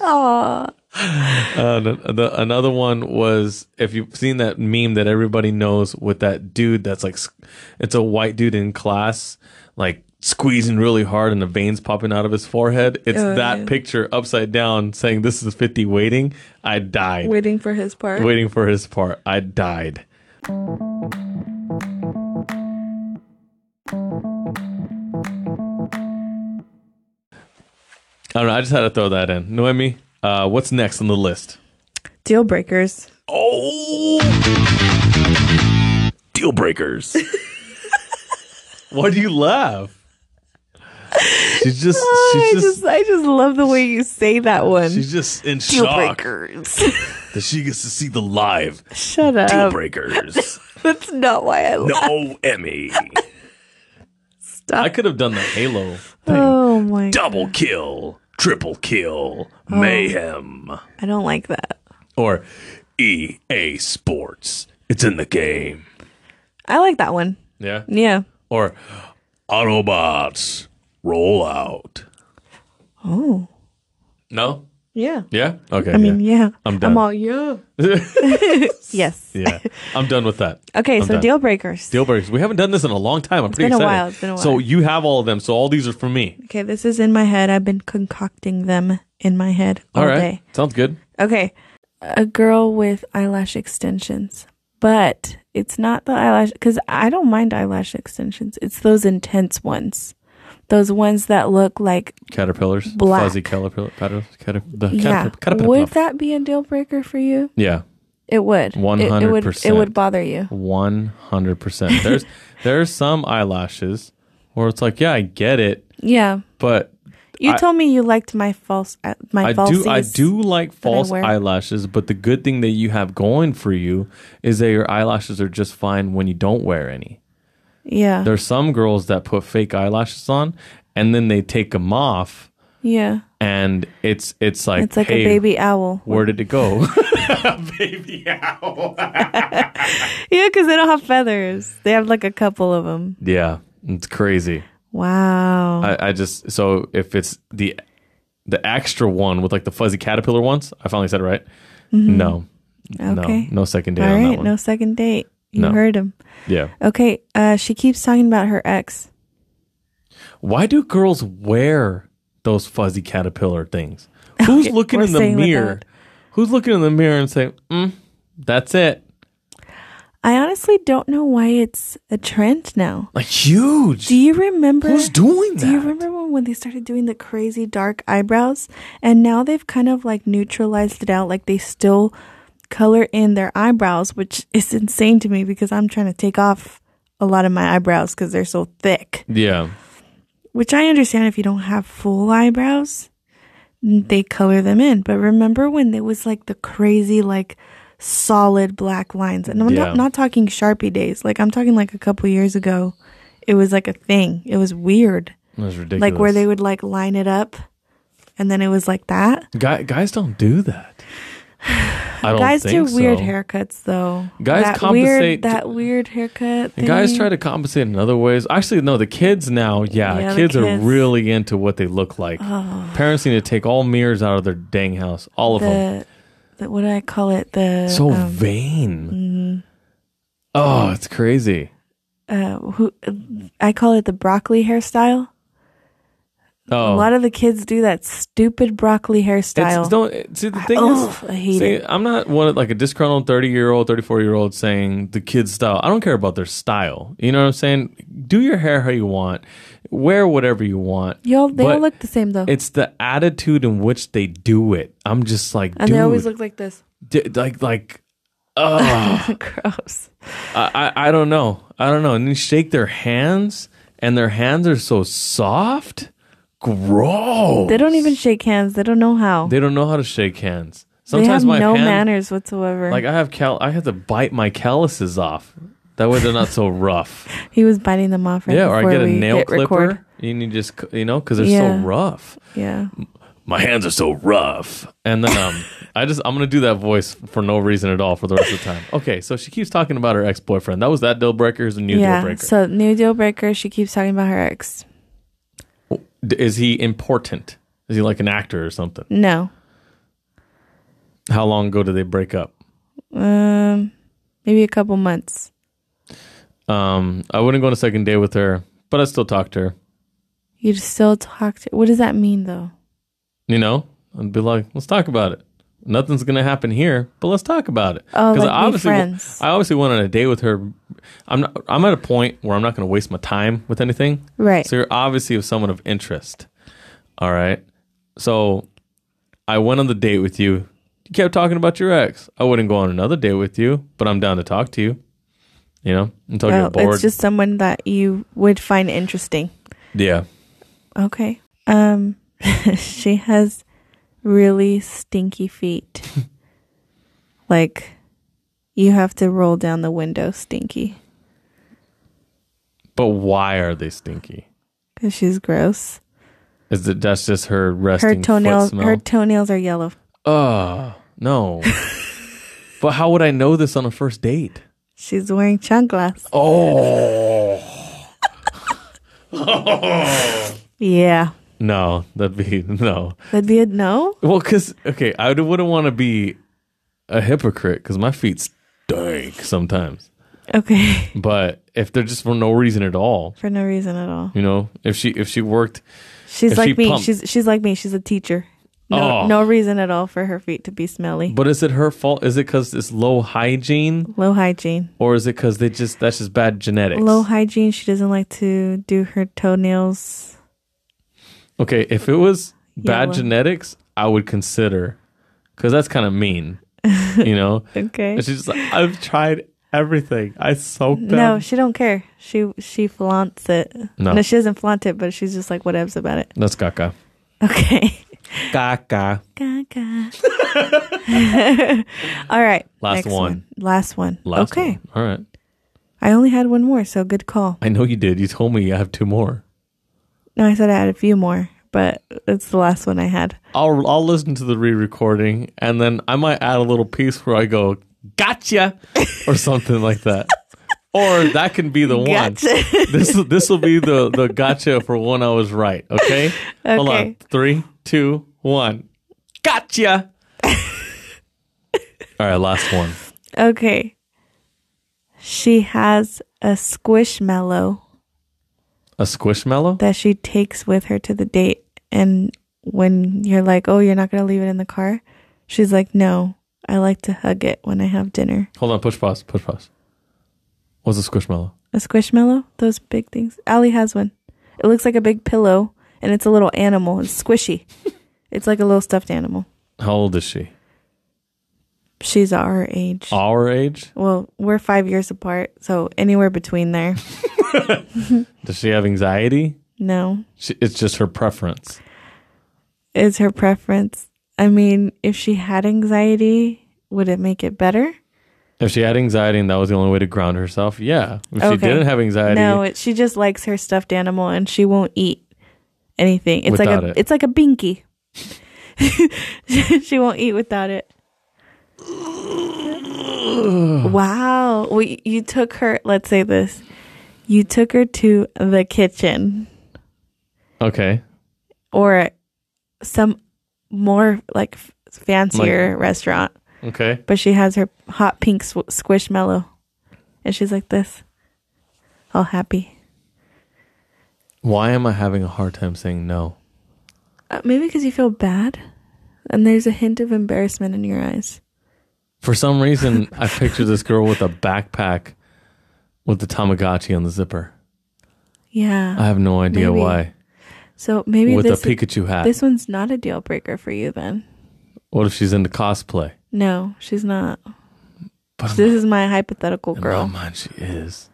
Speaker 2: Aw.
Speaker 1: Uh, the, the- another one was if you've seen that meme that everybody knows with that dude that's like, s- it's a white dude in class, like squeezing really hard and the veins popping out of his forehead. It's
Speaker 2: Oh,
Speaker 1: that
Speaker 2: yeah.
Speaker 1: picture upside down saying, This is 50 waiting. I died.
Speaker 2: Waiting for his part.
Speaker 1: Waiting for his part. I died. I don't know. I just had to throw that in. Noemi, uh, what's next on the list?
Speaker 2: Deal breakers.
Speaker 1: Oh, deal breakers. Why do you laugh? She's just,
Speaker 2: I
Speaker 1: she's
Speaker 2: just,
Speaker 1: just,
Speaker 2: I just love the way you say that one.
Speaker 1: she's just in
Speaker 2: Deal
Speaker 1: shock
Speaker 2: breakers.
Speaker 1: that she gets to see the live
Speaker 2: Shut
Speaker 1: deal
Speaker 2: up.
Speaker 1: breakers.
Speaker 2: That's not why I laugh.
Speaker 1: No Emmy.
Speaker 2: Stop.
Speaker 1: I could have done the Halo thing.
Speaker 2: oh my.
Speaker 1: Double kill, triple kill,
Speaker 2: Oh.
Speaker 1: mayhem,
Speaker 2: I don't like that.
Speaker 1: or EA Sports. It's in the game.
Speaker 2: I like that one.
Speaker 1: Yeah.
Speaker 2: Yeah.
Speaker 1: or Autobots roll out.
Speaker 2: Oh.
Speaker 1: No?
Speaker 2: Yeah.
Speaker 1: Yeah? Okay.
Speaker 2: I mean, yeah.
Speaker 1: I'm done.
Speaker 2: all yeah. yes.
Speaker 1: yeah. I'm done with that.
Speaker 2: Okay,
Speaker 1: I'm
Speaker 2: so
Speaker 1: done.
Speaker 2: deal breakers.
Speaker 1: Deal breakers. We haven't done this in a long time. I'm pretty
Speaker 2: been a
Speaker 1: excited.
Speaker 2: while. It's been a
Speaker 1: So
Speaker 2: while.
Speaker 1: you have all of them. So all these are for me.
Speaker 2: okay, this is in my head. I've been concocting them in my head all,
Speaker 1: all right.
Speaker 2: day.
Speaker 1: Sounds good.
Speaker 2: Okay. A girl with eyelash extensions. But it's not the eyelash cuz I don't mind eyelash extensions. It's those intense ones. Those ones that look like
Speaker 1: Caterpillars.
Speaker 2: Black.
Speaker 1: Fuzzy caterpillar. Caterpillar. Caterpillar.
Speaker 2: yeah. Would that be a deal breaker for you?
Speaker 1: yeah.
Speaker 2: It would. It- It, would
Speaker 1: 100%.
Speaker 2: it would bother you.
Speaker 1: One hundred percent. There's there's some eyelashes where it's like, yeah, I get it,
Speaker 2: Yeah.
Speaker 1: but
Speaker 2: You
Speaker 1: I-
Speaker 2: told me you liked my false uh, my
Speaker 1: I
Speaker 2: falsies.
Speaker 1: do I do like
Speaker 2: I
Speaker 1: false
Speaker 2: wear.
Speaker 1: eyelashes, but the good thing that you have going for you is that your eyelashes are just fine when you don't wear any.
Speaker 2: Yeah.
Speaker 1: There's some girls that put fake eyelashes on and then they take them off
Speaker 2: Yeah.
Speaker 1: and it's it's like,
Speaker 2: It's like
Speaker 1: hey,
Speaker 2: a baby owl.
Speaker 1: where did it go?
Speaker 2: Yeah, because they don't have feathers. They have like a couple of them.
Speaker 1: yeah, it's crazy.
Speaker 2: Wow.
Speaker 1: I, I just so if it's the the extra one with like the fuzzy caterpillar ones. I finally said it right. No,
Speaker 2: Mm-hmm. Okay.
Speaker 1: no, no second date
Speaker 2: All
Speaker 1: on that
Speaker 2: right,
Speaker 1: one.
Speaker 2: no second date. You
Speaker 1: No.
Speaker 2: heard him.
Speaker 1: Yeah.
Speaker 2: Okay, uh, she keeps talking about her ex.
Speaker 1: Why do girls wear those fuzzy caterpillar things? Who's
Speaker 2: Okay,
Speaker 1: looking
Speaker 2: we're
Speaker 1: in the
Speaker 2: staying with
Speaker 1: mirror?
Speaker 2: that.
Speaker 1: Who's looking in the mirror and saying, mm, "That's it"?
Speaker 2: I honestly don't know why it's a trend now.
Speaker 1: Like huge.
Speaker 2: Do you remember?
Speaker 1: Who's doing that?
Speaker 2: Do you remember when, when they started doing the crazy dark eyebrows? And now they've kind of like neutralized it out. Like they still color in their eyebrows, which is insane to me because I'm trying to take off a lot of my eyebrows because they're so thick.
Speaker 1: Yeah.
Speaker 2: Which I understand if you don't have full eyebrows, they color them in. But remember when there was like the crazy, like solid black lines? And I'm
Speaker 1: Yeah.
Speaker 2: not, not talking Sharpie days. Like I'm talking like a couple years ago. It was like a thing. It was weird.
Speaker 1: That's ridiculous.
Speaker 2: Like where they would like line it up and then it was like that.
Speaker 1: Guy, guys don't do that. I don't
Speaker 2: Guys do
Speaker 1: think
Speaker 2: weird
Speaker 1: so.
Speaker 2: haircuts though.
Speaker 1: Guys
Speaker 2: that
Speaker 1: compensate-
Speaker 2: Weird, that weird haircut.
Speaker 1: And guys
Speaker 2: thing.
Speaker 1: try to compensate in other ways. Actually, no, the kids now, yeah,
Speaker 2: Yeah, the
Speaker 1: kids, are
Speaker 2: kids. Oh.
Speaker 1: really into what they look like. Parents need to take all mirrors out of their dang house, all of them.
Speaker 2: the, the what do I call it? The
Speaker 1: So
Speaker 2: um, mm-hmm.
Speaker 1: vain. Oh, it's crazy.
Speaker 2: uh, who I call it the broccoli hairstyle.
Speaker 1: Oh,
Speaker 2: A lot of the kids do that stupid broccoli
Speaker 1: it's,
Speaker 2: hairstyle.
Speaker 1: it's, don't it- see the thing
Speaker 2: Ugh,
Speaker 1: is.
Speaker 2: Oh, I hate
Speaker 1: see,
Speaker 2: it.
Speaker 1: I'm not one of, like a disgruntled 30 year old, 34 year old saying the kids style. I don't care about their style. You know what I'm saying? Do your hair how you want, wear whatever you want.
Speaker 2: Y'all, they all
Speaker 1: but-
Speaker 2: look the same though,
Speaker 1: It's the attitude in which they do it. I'm just like,
Speaker 2: and
Speaker 1: dude,
Speaker 2: they always look like this.
Speaker 1: d- like, like, oh,
Speaker 2: Gross.
Speaker 1: I, I, I don't know, I don't know. And you shake their hands, and their hands are so soft. Gross.
Speaker 2: They don't even shake hands. They don't know how. They,
Speaker 1: They don't know how to shake hands. Sometimes
Speaker 2: have
Speaker 1: my
Speaker 2: no
Speaker 1: hand,
Speaker 2: manners whatsoever.
Speaker 1: like I have cal, I have to bite my calluses off. That way they're not so rough.
Speaker 2: he was biting them off right
Speaker 1: uh, yeah, or
Speaker 2: before
Speaker 1: I get a
Speaker 2: we
Speaker 1: nail
Speaker 2: hit
Speaker 1: clipper,
Speaker 2: record.
Speaker 1: and you just c- you know because they're
Speaker 2: Yeah.
Speaker 1: so rough.
Speaker 2: Yeah,
Speaker 1: my hands are so rough. And then um, I just I'm gonna do that voice for no reason at all for the rest of the time. Okay, so she keeps talking about her ex boyfriend. That was that deal breaker. Is a new
Speaker 2: yeah.
Speaker 1: deal breaker.
Speaker 2: So new deal breaker. She keeps talking about her ex.
Speaker 1: D- is he important? Is he like an actor or something?
Speaker 2: No,
Speaker 1: How long ago did they break up?
Speaker 2: um, maybe a couple months.
Speaker 1: Um, I wouldn't go on a second date with her, but I still talk to her.
Speaker 2: You'd still talk to. What does that mean though?
Speaker 1: You know, I'd be like, let's talk about it. Nothing's gonna happen here, but let's talk about it.
Speaker 2: Oh, like
Speaker 1: I
Speaker 2: be
Speaker 1: obviously, wa-
Speaker 2: friends.
Speaker 1: I obviously went on a date with her. I'm not. I'm at a point where I'm not gonna waste my time with anything.
Speaker 2: Right.
Speaker 1: So you're obviously of someone of interest. All right. So I went on the date with you. You kept talking about your ex. I wouldn't go on another date with you, but I'm down to talk to you. You know, until
Speaker 2: Oh,
Speaker 1: you're bored.
Speaker 2: it's just someone that you would find interesting.
Speaker 1: yeah.
Speaker 2: Okay. Um, she has really stinky feet. like, you have to roll down the window, stinky,
Speaker 1: But why are they stinky?
Speaker 2: because she's gross.
Speaker 1: Is it that's just her resting
Speaker 2: Her toenails,
Speaker 1: foot smell?
Speaker 2: her toenails are yellow.
Speaker 1: Oh, no. but how would I know this on a first date?
Speaker 2: She's wearing chanclas.
Speaker 1: Oh.
Speaker 2: Yeah,
Speaker 1: No, that'd be no.
Speaker 2: that'd be a no.
Speaker 1: Well, because, okay, I d- wouldn't want to be a hypocrite because my feet stink sometimes.
Speaker 2: Okay,
Speaker 1: But if they're just for no reason at all,
Speaker 2: for no reason at all.
Speaker 1: you know, if she if she worked,
Speaker 2: She's
Speaker 1: If
Speaker 2: like
Speaker 1: she
Speaker 2: me.
Speaker 1: pumped-
Speaker 2: She's she's like me. She's a teacher. No,
Speaker 1: Oh.
Speaker 2: no reason at all for her feet to be smelly.
Speaker 1: but is it her fault? Is it because it's low hygiene,
Speaker 2: Low hygiene.
Speaker 1: or is it because they just that's just bad genetics?
Speaker 2: low hygiene. She doesn't like to do her toenails.
Speaker 1: Okay, if it was bad
Speaker 2: well.
Speaker 1: genetics, I would consider because that's kind of mean, you know.
Speaker 2: Okay.
Speaker 1: And she's just like, I've tried everything. I soaked them.
Speaker 2: no, she don't care. She she flaunts it.
Speaker 1: No.
Speaker 2: No. she doesn't flaunt it, but she's just like whatevs about it.
Speaker 1: that's caca.
Speaker 2: Okay.
Speaker 1: Caca.
Speaker 2: Gaga. All right.
Speaker 1: Last
Speaker 2: next
Speaker 1: one.
Speaker 2: Last one.
Speaker 1: Last
Speaker 2: okay.
Speaker 1: one. All right.
Speaker 2: I only had one more, so good call.
Speaker 1: I know you did. You told me I have two more.
Speaker 2: No, I said I had a few more, but it's the last one I had.
Speaker 1: I'll I'll listen to the re-recording and then I might add a little piece where I go gotcha or something like that. Or that can be the
Speaker 2: Gotcha.
Speaker 1: one. This this will be the the gotcha for one I was right. Okay. Hold on.
Speaker 2: Okay.
Speaker 1: Three, two, one. Gotcha. All right, last one.
Speaker 2: Okay. She has a squishmallow
Speaker 1: A squishmallow?
Speaker 2: that she takes with her to the date. And when you're like, oh, you're not going to leave it in the car? She's like, no, I like to hug it when I have dinner.
Speaker 1: Hold on, push pause, push pause. What's a squishmallow?
Speaker 2: A squishmallow? Those big things. Allie has one. It looks like a big pillow and it's a little animal. It's squishy. it's like a little stuffed animal.
Speaker 1: How old is she?
Speaker 2: She's our age.
Speaker 1: Our age?
Speaker 2: Well, we're five years apart, so anywhere between there.
Speaker 1: Does she have anxiety?
Speaker 2: No,
Speaker 1: She, it's just her preference.
Speaker 2: is her preference. I mean, if she had anxiety, would it make it better?
Speaker 1: If she had anxiety and that was the only way to ground herself, yeah. If she
Speaker 2: Okay.
Speaker 1: didn't have anxiety,
Speaker 2: No, it, she just likes her stuffed animal, and she won't eat anything. It's like
Speaker 1: Without
Speaker 2: a,
Speaker 1: it.
Speaker 2: it's like a binky. she won't eat without it. wow. Well, y- you took her. Let's say this. You took her to the kitchen.
Speaker 1: okay.
Speaker 2: or some more like f- fancier restaurant.
Speaker 1: Okay.
Speaker 2: But she has her hot pink sw- squishmallow, and she's like this, all happy.
Speaker 1: Why am I having a hard time saying no?
Speaker 2: Uh, maybe because you feel bad, and there's a hint of embarrassment in your eyes.
Speaker 1: For some reason, I picture this girl with a backpack with the Tamagotchi on the zipper.
Speaker 2: Yeah.
Speaker 1: I have no idea
Speaker 2: Maybe.
Speaker 1: why.
Speaker 2: so maybe
Speaker 1: with a
Speaker 2: this
Speaker 1: Pikachu hat.
Speaker 2: this one's not a deal breaker for you then.
Speaker 1: What if she's into cosplay?
Speaker 2: No, she's not.
Speaker 1: But
Speaker 2: This is my hypothetical girl.
Speaker 1: In my mind, she is.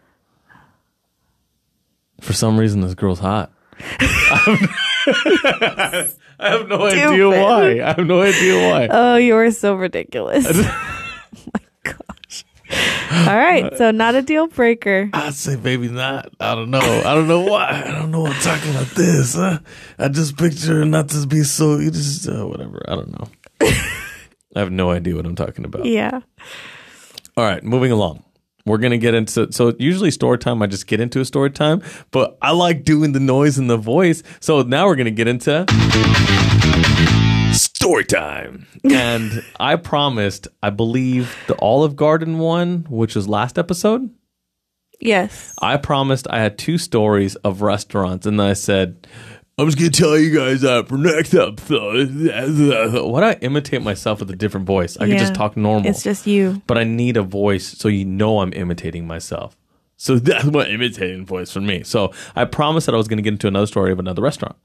Speaker 1: For some reason, this girl's hot. I have no idea
Speaker 2: Stupid.
Speaker 1: why. I have no idea why.
Speaker 2: Oh, you are so ridiculous. oh my gosh. All right, so not a deal breaker.
Speaker 1: I say maybe not. I don't know. I don't know why. I don't know. why I'm talking about this. Huh? I just picture not to be so. You just uh, whatever. I don't know. I have no idea what I'm talking about.
Speaker 2: Yeah.
Speaker 1: All right, moving along. We're gonna get into so usually story time. I just get into a story time, but I like doing the noise and the voice. So now we're gonna get into story time. And I promised, I believe the Olive Garden one, which was last episode.
Speaker 2: Yes.
Speaker 1: I promised I had two stories of restaurants, and then I said, "I'm just gonna tell you guys that for next episode." Why do I imitate myself with a different voice? I can just
Speaker 2: Yeah.
Speaker 1: talk normal
Speaker 2: It's just you.
Speaker 1: but I need a voice so you know I'm imitating myself. So that's what imitating voice for me. So I promised that I was going to get into another story of another restaurant.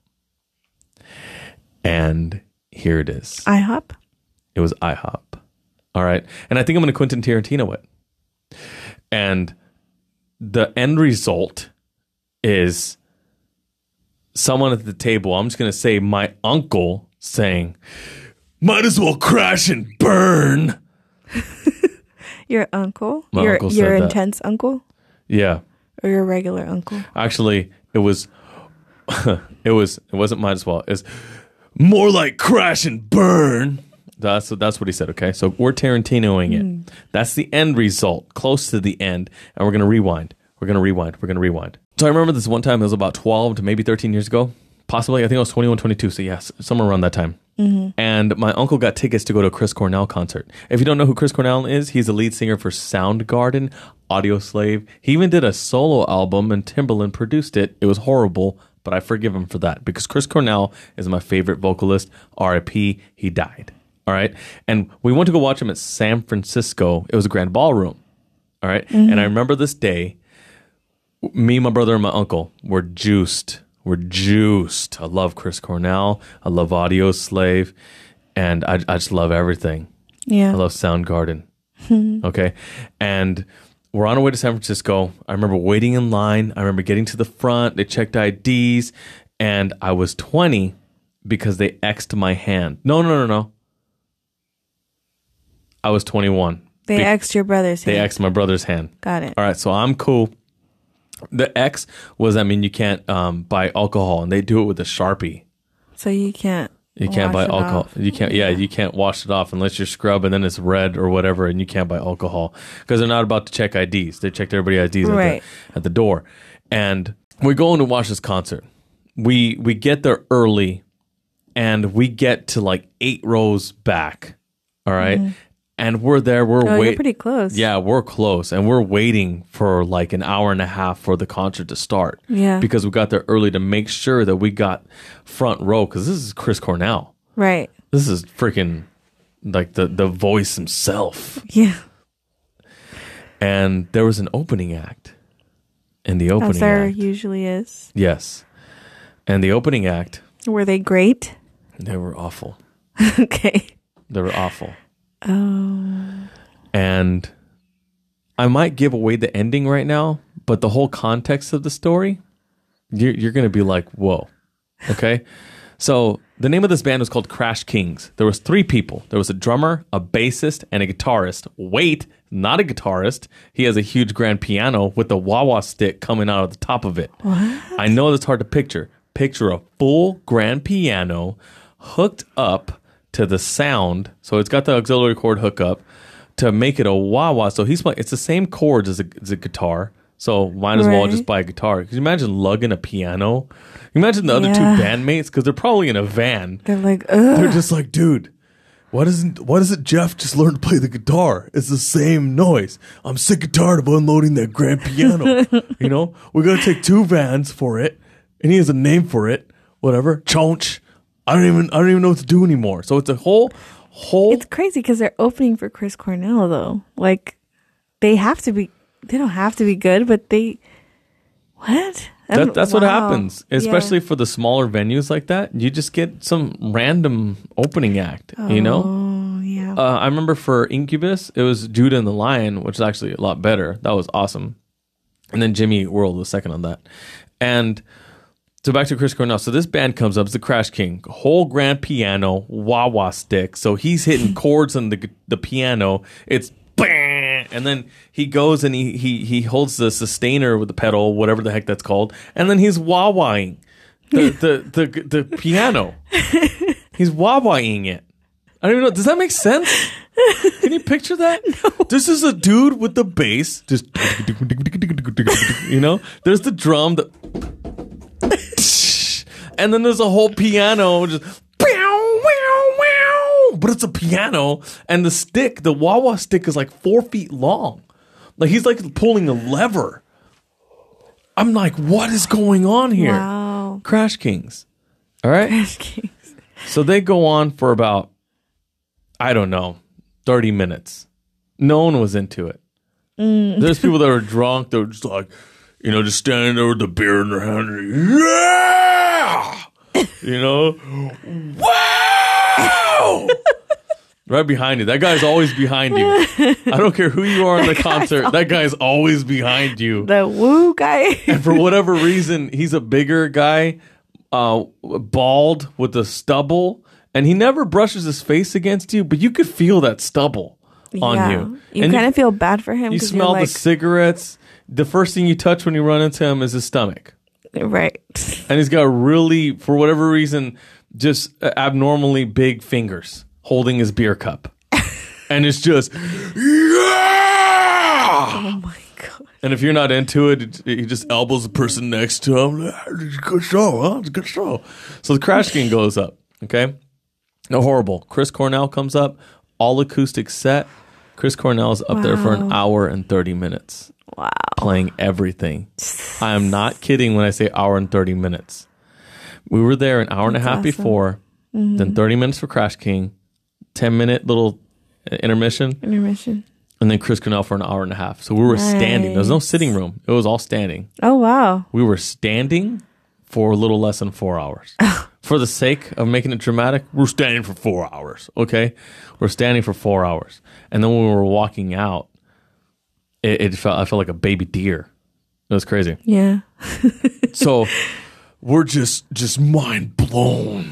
Speaker 1: And here it is.
Speaker 2: IHOP.
Speaker 1: It was IHOP. All right. And I think I'm going to Quentin Tarantino it. And the end result is someone at the table, I'm just going to say my uncle saying, might as well crash and burn.
Speaker 2: Your uncle.
Speaker 1: My
Speaker 2: your
Speaker 1: uncle
Speaker 2: your
Speaker 1: said that.
Speaker 2: intense uncle
Speaker 1: Yeah.
Speaker 2: or your regular uncle.
Speaker 1: Actually, it was, it was, it wasn't might as well. It's more like crash and burn. That's that's what he said. Okay, so we're Tarantinoing it. That's the end result, close to the end, and we're gonna rewind. We're gonna rewind. We're gonna rewind. So I remember this one time. It was about twelve to maybe thirteen years ago, possibly. I think I was 21, 22. So yes, somewhere around that time. And my uncle got tickets to go to a Chris Cornell concert. If you don't know who Chris Cornell is, he's the lead singer for Soundgarden, Audio Slave. He even did a solo album, and Timbaland produced it. It was horrible, but I forgive him for that because Chris Cornell is my favorite vocalist. RIP, he died. All right. And we went to go watch him at San Francisco. It was a grand ballroom. All right? And I remember this day, me, my brother, and my uncle were juiced. We're juiced. I love Chris Cornell. I love Audio Slave. And I, I just love everything.
Speaker 2: Yeah.
Speaker 1: I love Soundgarden. okay. And we're on our way to San Francisco. I remember waiting in line. I remember getting to the front. They checked IDs. And I was 20 because they X'd my hand. No, no, no, no. I was 21.
Speaker 2: They
Speaker 1: Be-
Speaker 2: asked your brother's
Speaker 1: they
Speaker 2: hand.
Speaker 1: X'd my brother's hand.
Speaker 2: Got it.
Speaker 1: All right, so I'm cool. The X was, I mean, you can't um, buy alcohol, and they do it with a sharpie.
Speaker 2: So you can't
Speaker 1: You can't
Speaker 2: wash
Speaker 1: buy
Speaker 2: it
Speaker 1: alcohol.
Speaker 2: off.
Speaker 1: You can't, yeah, you can't wash it off unless you scrub, and then it's red or whatever, and you can't buy alcohol because they're not about to check IDs. They checked everybody's IDs at,
Speaker 2: Right.
Speaker 1: the, at the door, and we're going to watch this concert. We we get there early and we get to like eight rows back. All right? And we're there, we're
Speaker 2: Mm-hmm. Oh, you're
Speaker 1: waiting.
Speaker 2: pretty close.
Speaker 1: Yeah, we're close and we're waiting for like an hour and a half for the concert to start.
Speaker 2: Yeah.
Speaker 1: Because we got there early to make sure that we got front row because this is Chris Cornell.
Speaker 2: Right.
Speaker 1: This is freaking like the, the voice himself.
Speaker 2: Yeah.
Speaker 1: And there was an opening act. And the
Speaker 2: As
Speaker 1: opening
Speaker 2: there
Speaker 1: act.
Speaker 2: usually is.
Speaker 1: Yes. And the opening act,
Speaker 2: Were they great?
Speaker 1: they were awful.
Speaker 2: okay.
Speaker 1: They were awful.
Speaker 2: Oh.
Speaker 1: And I might give away the ending right now, but the whole context of the story, you're, you're going to be like, whoa. Okay. so the name of this band was called Crash Kings. There was three people. There was a drummer, a bassist, and a guitarist. Wait, not a guitarist. He has a huge grand piano with a wah-wah stick coming out of the top of it. I know that's hard to picture. Picture a full grand piano hooked up to the sound. So it's got the auxiliary cord hookup to make it a wah wah. So he's playing, it's the same chords as a, as a guitar. So might as well
Speaker 2: Right.
Speaker 1: just buy a guitar. Could you imagine lugging a piano? You imagine the other two
Speaker 2: Yeah.
Speaker 1: bandmates because they're probably in a van.
Speaker 2: They're like, ugh.
Speaker 1: They're just like, dude, why doesn't why doesn't Jeff just learn to play the guitar? It's the same noise. I'm sick and tired of unloading that grand piano. you know, we're gonna take two vans for it, and he has a name for it. Whatever, chonch. I don't even I don't even know what to do anymore. So it's a whole whole
Speaker 2: It's crazy because they're opening for Chris Cornell, though. Like, they have to be. They don't have to be good, but they. What?
Speaker 1: That,
Speaker 2: I don't-
Speaker 1: that's what
Speaker 2: wow.
Speaker 1: happens,
Speaker 2: Yeah.
Speaker 1: especially for the smaller venues like that. You just get some random opening act, you know?
Speaker 2: Oh yeah.
Speaker 1: Uh, I remember for Incubus, it was Judah and the Lion, which is actually a lot better. That was awesome. And then Jimmy Eat World was second on that. And so back to Chris Cornell. So this band comes up, it's the Crash King, whole grand piano, wah wah stick. So he's hitting chords on the gu- the piano. It's bang, and then he goes and he he he holds the sustainer with the pedal, whatever the heck that's called, and then he's wah wahing the the, the the the piano. He's wah wahing it. I don't even know. Does that make sense? Can you picture that? This is a dude with the bass, just you know. There's the drum, the and then there's a whole piano just "Pew, wow, wow," but it's a piano and the stick the wawa stick is like four feet long like he's like pulling a lever i'm like what is going on here
Speaker 2: wow.
Speaker 1: crash kings all right
Speaker 2: Okay.
Speaker 1: so they go on for about i don't know 30 minutes no one was into it there's people that were drunk they were just like you know just standing there with the beer in their hand yeah you know? wow! right behind you. That guy's always behind you. I don't care who you are in the concert, that guy's always behind you.
Speaker 2: The woo guy.
Speaker 1: For whatever reason, he's a bigger guy, uh, bald with a stubble, and he never brushes his face against you, but you could feel that stubble on
Speaker 2: Yeah.
Speaker 1: you.
Speaker 2: You
Speaker 1: And
Speaker 2: kind of feel bad for him.
Speaker 1: you
Speaker 2: 'cause you're
Speaker 1: smell the
Speaker 2: like,
Speaker 1: cigarettes. The first thing you touch when you run into him is his stomach
Speaker 2: right.
Speaker 1: and he's got really, for whatever reason, just uh, abnormally big fingers holding his beer cup, and it's just, yeah!
Speaker 2: Oh my god.
Speaker 1: and if you're not into it, it- he just elbows the person next to him. "Ah, It's a good show, huh? It's a good show. So the crash game goes up. Okay, no horrible. Chris Cornell comes up, all acoustic set. Chris Cornell's up there for an hour and thirty minutes
Speaker 2: Wow.
Speaker 1: playing everything. I am not kidding when I say hour and 30 minutes. We were there an hour and a half before, then 30 minutes for Crash King, 10 minute little uh, intermission,
Speaker 2: Intermission.
Speaker 1: and then Chris Cornell for an hour and a half. So we were standing. There was no sitting room, it was all standing.
Speaker 2: Oh wow.
Speaker 1: We were standing for a little less than four hours. for the sake of making it dramatic, we're standing for four hours, okay? We're standing for four hours. And then when we were walking out, it, it felt I felt like a baby deer. It was crazy
Speaker 2: Yeah.
Speaker 1: so we're just just mind blown.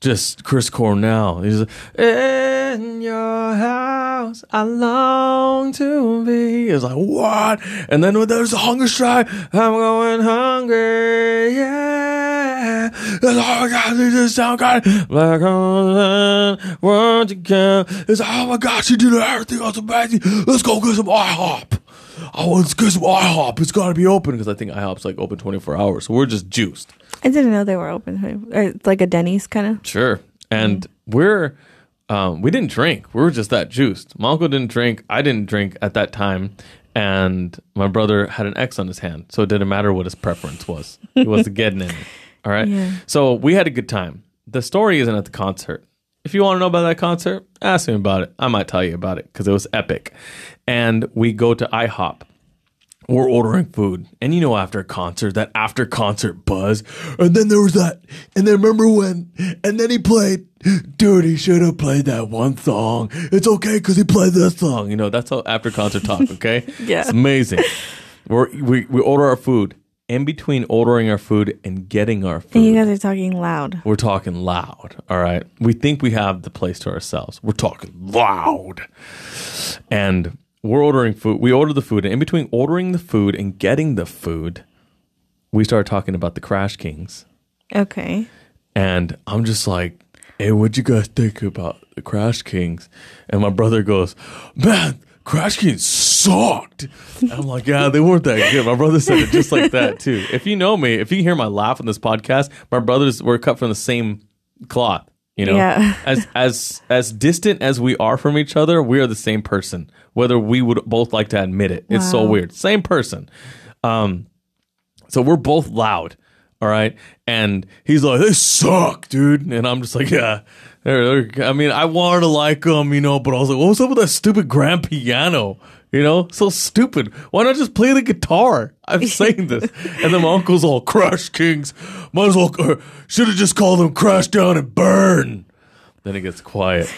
Speaker 1: Just Chris Cornell. He's like, in your house, I long to be. It's like what? And then when there's a hunger strike, I'm going hungry. Yeah, it's like, oh my God, this is sound God. Like on won't you come? It's like, oh my God, she did everything else amazing. Let's go get some IHOP. Oh, it's because IHOP. It's got to be open because I think IHOP's like open 24 hours. So we're just juiced.
Speaker 2: I didn't know they were open. Uh, It's like a Denny's kind of.
Speaker 1: Sure. And we're um, we didn't drink. We were just that juiced. My uncle didn't drink. I didn't drink at that time. And my brother had an X on his hand, so it didn't matter what his preference was. He wasn't getting any. All right.
Speaker 2: Yeah.
Speaker 1: So we had a good time. The story isn't at the concert. If you want to know about that concert, ask me about it. I might tell you about it because it was epic. And we go to IHOP we're ordering food. And you know, after a concert, that after concert buzz. And then there was that. And then remember when? And then he played, dude, he should have played that one song. It's okay because he played this song. You know, that's how after concert talk, okay?
Speaker 2: Yeah.
Speaker 1: It's amazing. We're, we, we order our food. In between ordering our food and getting our food,
Speaker 2: And you guys are talking loud.
Speaker 1: we're talking loud. All right. We think we have the place to ourselves. We're talking loud. And we're ordering food. We order the food. And in between ordering the food and getting the food, we start talking about the Crash Kings.
Speaker 2: Okay.
Speaker 1: And I'm just like, hey, what'd you guys think about the Crash Kings? And my brother goes, man, Crash Kings sucked. And I'm like, yeah, they weren't that good. My brother said it just like that, too. If you know me, if you hear my laugh on this podcast, my brothers were cut from the same cloth. You know,
Speaker 2: Yeah.
Speaker 1: as as as distant as we are from each other, we are the same person. Whether we would both like to admit it, it's so weird. Same person. So we're both loud. All right. And he's like, they suck, dude. And I'm just like, yeah. They're- they're- I mean, I wanted to like them, you know, but I was like, what was up with that stupid grand piano? You know, so stupid. Why not just play the guitar? I'm saying this. and then my uncle's all Crash Kings. Might as well, should have just called them Crash Down and Burn. Then it gets quiet.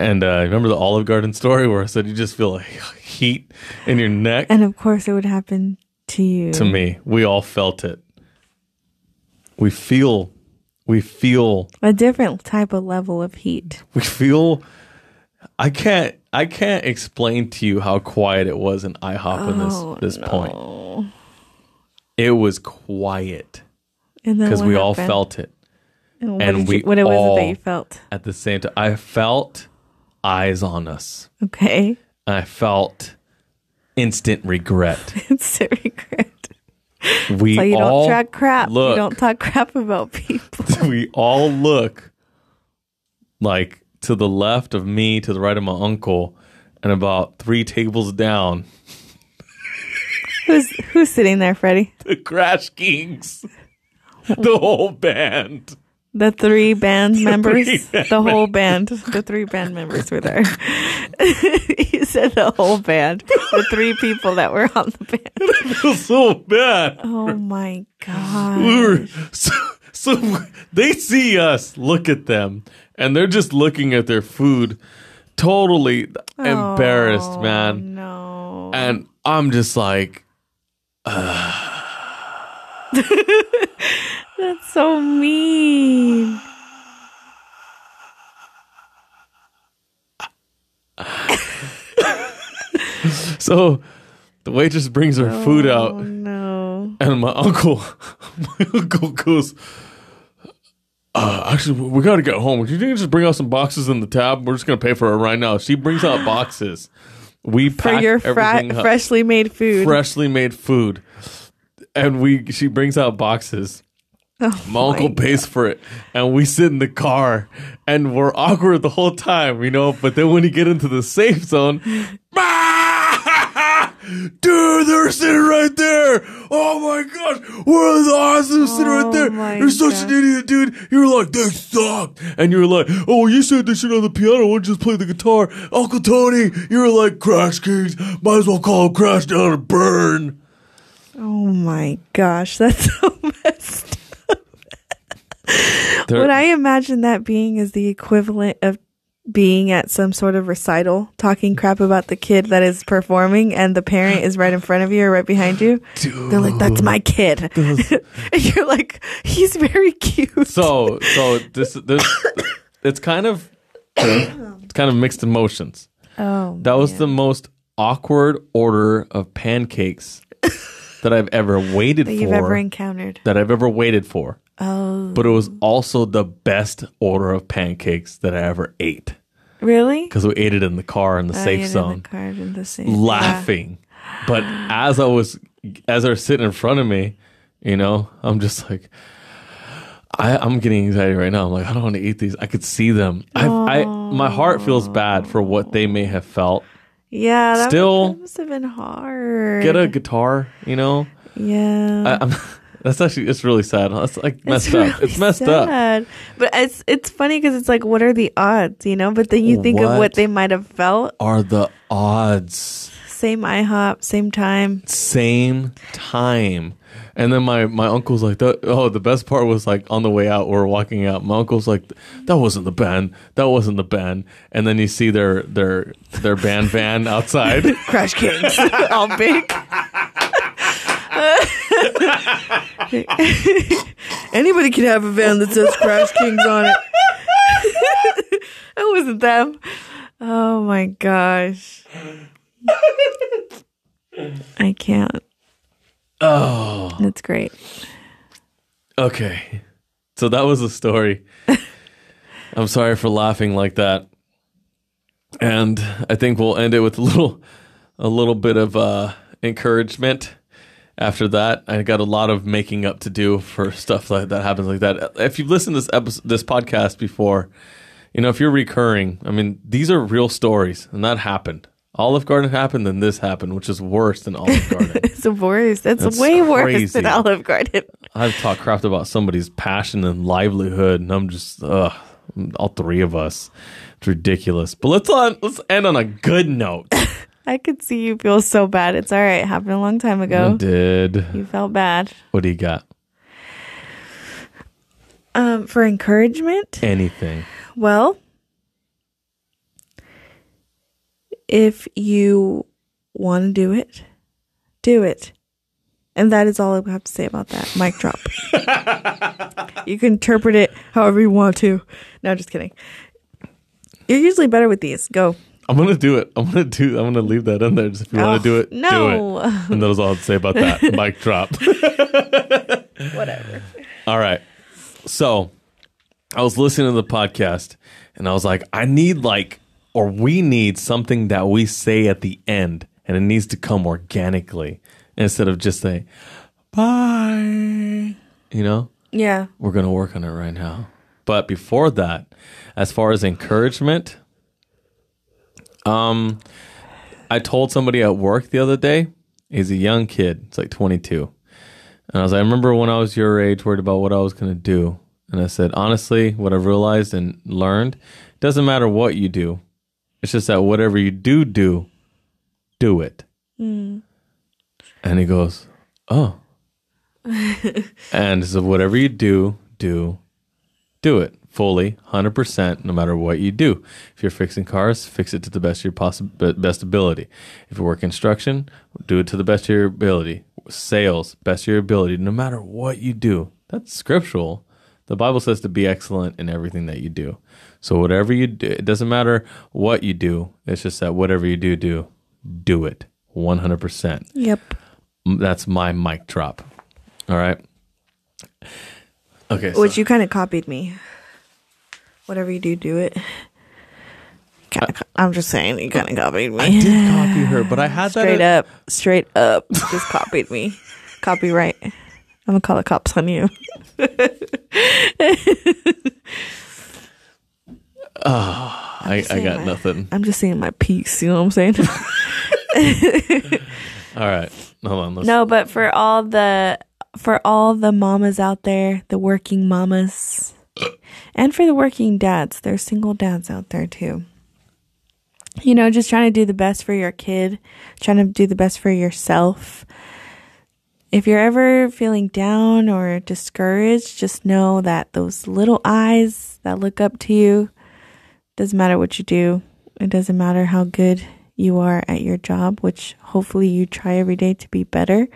Speaker 1: and uh, remember the Olive Garden story where I said you just feel a heat in your neck?
Speaker 2: And of course, it would happen to you.
Speaker 1: to me. We all felt it. We feel, we feel,
Speaker 2: a different type of level of heat.
Speaker 1: we feel. I can't, I can't explain to you how quiet it was in IHOP in
Speaker 2: Oh,
Speaker 1: this this point. It was quiet
Speaker 2: And then
Speaker 1: because
Speaker 2: what
Speaker 1: we all
Speaker 2: happened?
Speaker 1: felt it
Speaker 2: And what,
Speaker 1: and
Speaker 2: did
Speaker 1: we
Speaker 2: you, what it was it
Speaker 1: all-
Speaker 2: that you felt.
Speaker 1: at the same time. I felt eyes on us.
Speaker 2: Okay.
Speaker 1: I felt instant regret.
Speaker 2: it's a regret.
Speaker 1: We
Speaker 2: Like you
Speaker 1: all
Speaker 2: don't talk crap.
Speaker 1: look.
Speaker 2: You don't talk crap about people.
Speaker 1: we all look like to the left of me, to the right of my uncle, and about three tables down,
Speaker 2: who's who's sitting there, Freddie?
Speaker 1: the Crash Kings, the whole band.
Speaker 2: The three band members,
Speaker 1: band
Speaker 2: the whole band, the three band members were there. you said the whole band, the three people that were on the band.
Speaker 1: It was so bad.
Speaker 2: Oh my
Speaker 1: We
Speaker 2: god!
Speaker 1: were- so, so they see us look at them, and they're just looking at their food, totally embarrassed, man.
Speaker 2: Oh, No,
Speaker 1: And I'm just like,
Speaker 2: that's so mean.
Speaker 1: so the waitress brings her food out.
Speaker 2: Oh no!
Speaker 1: And my uncle, my uncle goes, uh, actually, we got to get home. Do you think you just bring out some boxes in the tab? We're just going to pay for it right now. She brings out boxes. We
Speaker 2: For
Speaker 1: pack
Speaker 2: your fra-
Speaker 1: everything up.
Speaker 2: freshly made food,
Speaker 1: freshly made food. And we, she brings out boxes.
Speaker 2: Oh
Speaker 1: My uncle pays for it, and we sit in the car, and we're awkward the whole time, you know. But then when you get into the safe zone, dude, they're sitting right there. Oh my gosh, we're the awesome sitting
Speaker 2: Oh
Speaker 1: right there.
Speaker 2: my
Speaker 1: You're such an
Speaker 2: gosh.
Speaker 1: idiot, dude. You're like they sucked, and you're like, oh, you said they should on the piano. Why don't you just play the guitar, Uncle Tony? You're like Crash Kings. Might as well call them Crash Down and Burn.
Speaker 2: Oh my gosh, that's so messed.
Speaker 1: They're-
Speaker 2: What I imagine that being is the equivalent of being at some sort of recital, talking crap about the kid that is performing, and the parent is right in front of you or right behind you. They're like, "That's my kid," and you're like, "He's very cute."
Speaker 1: So so this this it's kind of it's kind of mixed emotions.
Speaker 2: oh,
Speaker 1: That was the most awkward order of pancakes that I've ever waited
Speaker 2: that
Speaker 1: for.
Speaker 2: you've ever encountered.
Speaker 1: that I've ever waited for.
Speaker 2: Oh,
Speaker 1: But it was also the best order of pancakes that I ever ate
Speaker 2: really?
Speaker 1: because we ate it in the car in the
Speaker 2: Oh,
Speaker 1: safe
Speaker 2: you did
Speaker 1: zone,
Speaker 2: The card in the safe.
Speaker 1: laughing. But as I was as they're sitting in front of me, You know, I'm just like, I, I'm getting anxiety right now. I'm like, I don't want to eat these. I could see them. I, I, my heart feels bad for what they may have felt.
Speaker 2: Yeah, that
Speaker 1: Still-
Speaker 2: must, that must have been hard.
Speaker 1: Get a guitar, you know.
Speaker 2: yeah.
Speaker 1: I, I'm, that's actually it's really sad. That's like messed up.
Speaker 2: really
Speaker 1: It's messed up.
Speaker 2: sad. But it's it's funny because it's like, what are the odds, you know? But then you think of
Speaker 1: What?
Speaker 2: what they might have felt.
Speaker 1: Are the odds?
Speaker 2: Same IHOP, same time.
Speaker 1: same time. And then my, my uncle's like, that, oh, the best part was like on the way out, we are walking out. My uncle's like, that wasn't the band, that wasn't the band. And then you see their their their band van outside.
Speaker 2: Crash Kings, all big. Anybody can have a van that says Crash Kings on it. that wasn't them. Oh my gosh. I can't. Oh. That's great.
Speaker 1: okay, so that was the story. I'm sorry for laughing like that. And I think we'll end it with a little a little bit of uh, encouragement. after that i got a lot of making up to do for stuff that, that happens like that if you've listened to this episode this podcast before you know if you're recurring i mean these are real stories and that happened olive garden happened then this happened which is worse than olive garden
Speaker 2: It's worse. That's,
Speaker 1: That's
Speaker 2: way worse
Speaker 1: crazy.
Speaker 2: than Olive Garden.
Speaker 1: i've talked crap about somebody's passion and livelihood and i'm just ugh all three of us it's ridiculous but let's on let's end on a good note
Speaker 2: I could see you feel so bad. It's all right. Happened a long time
Speaker 1: I
Speaker 2: ago.
Speaker 1: did
Speaker 2: You felt bad.
Speaker 1: what do you got
Speaker 2: Um, for encouragement,
Speaker 1: anything
Speaker 2: well, if you want to do it, do it. And that is all I have to say about that. Mic drop. you can interpret it however you want to. No, just kidding. You're usually better with these. Go.
Speaker 1: I'm gonna do it. I'm gonna do. I'm gonna leave that in there. Just if you want
Speaker 2: Oh,
Speaker 1: to do it,
Speaker 2: no.
Speaker 1: do it. And that was all I'd say about that. Mic drop.
Speaker 2: Whatever.
Speaker 1: All right. So I was listening to the podcast, and I was like, I need like, or we need something that we say at the end, and it needs to come organically instead of just saying bye. You know,
Speaker 2: Yeah.
Speaker 1: we're gonna work on it right now. But before that, as far as encouragement, um, I told somebody at work the other day. He's a young kid. It's like 22, and I was. like, I remember when I was your age, worried about what I was gonna do, and I said honestly, what I've realized and learned doesn't matter what you do. It's just that whatever you do do, do it. And he goes, oh. And so whatever you do, do, do it fully, 100%, no matter what you do. If you're fixing cars, fix it to the best of your possi- b- best ability. If you work construction, do it to the best of your ability. Sales, best of your ability, no matter what you do. That's scriptural. The Bible says to be excellent in everything that you do. So whatever you do, it doesn't matter what you do. It's just that whatever you do, do, do it 100%
Speaker 2: Yep.
Speaker 1: that's my mic drop. All right. Okay. So
Speaker 2: Which you kind of copied me. Whatever you do, do it. Kinda co- I'm just saying, you kind of copied
Speaker 1: I
Speaker 2: me.
Speaker 1: did copy her, but I had
Speaker 2: Straight
Speaker 1: that.
Speaker 2: up, straight up, just copied me. Copyright. I'm gonna call the cops on you.
Speaker 1: I, I got nothing.
Speaker 2: I'm just saying my piece. You know what I'm saying?
Speaker 1: All right. Hold on. Let's,
Speaker 2: no, but for all the for all the mamas out there, the working mamas, and for the working dads, there's single dads out there too. You know, just trying to do the best for your kid, trying to do the best for yourself. If you're ever feeling down or discouraged, just know that those little eyes that look up to you, doesn't matter what you do, it doesn't matter how good you are at your job, which hopefully you try every day to be better.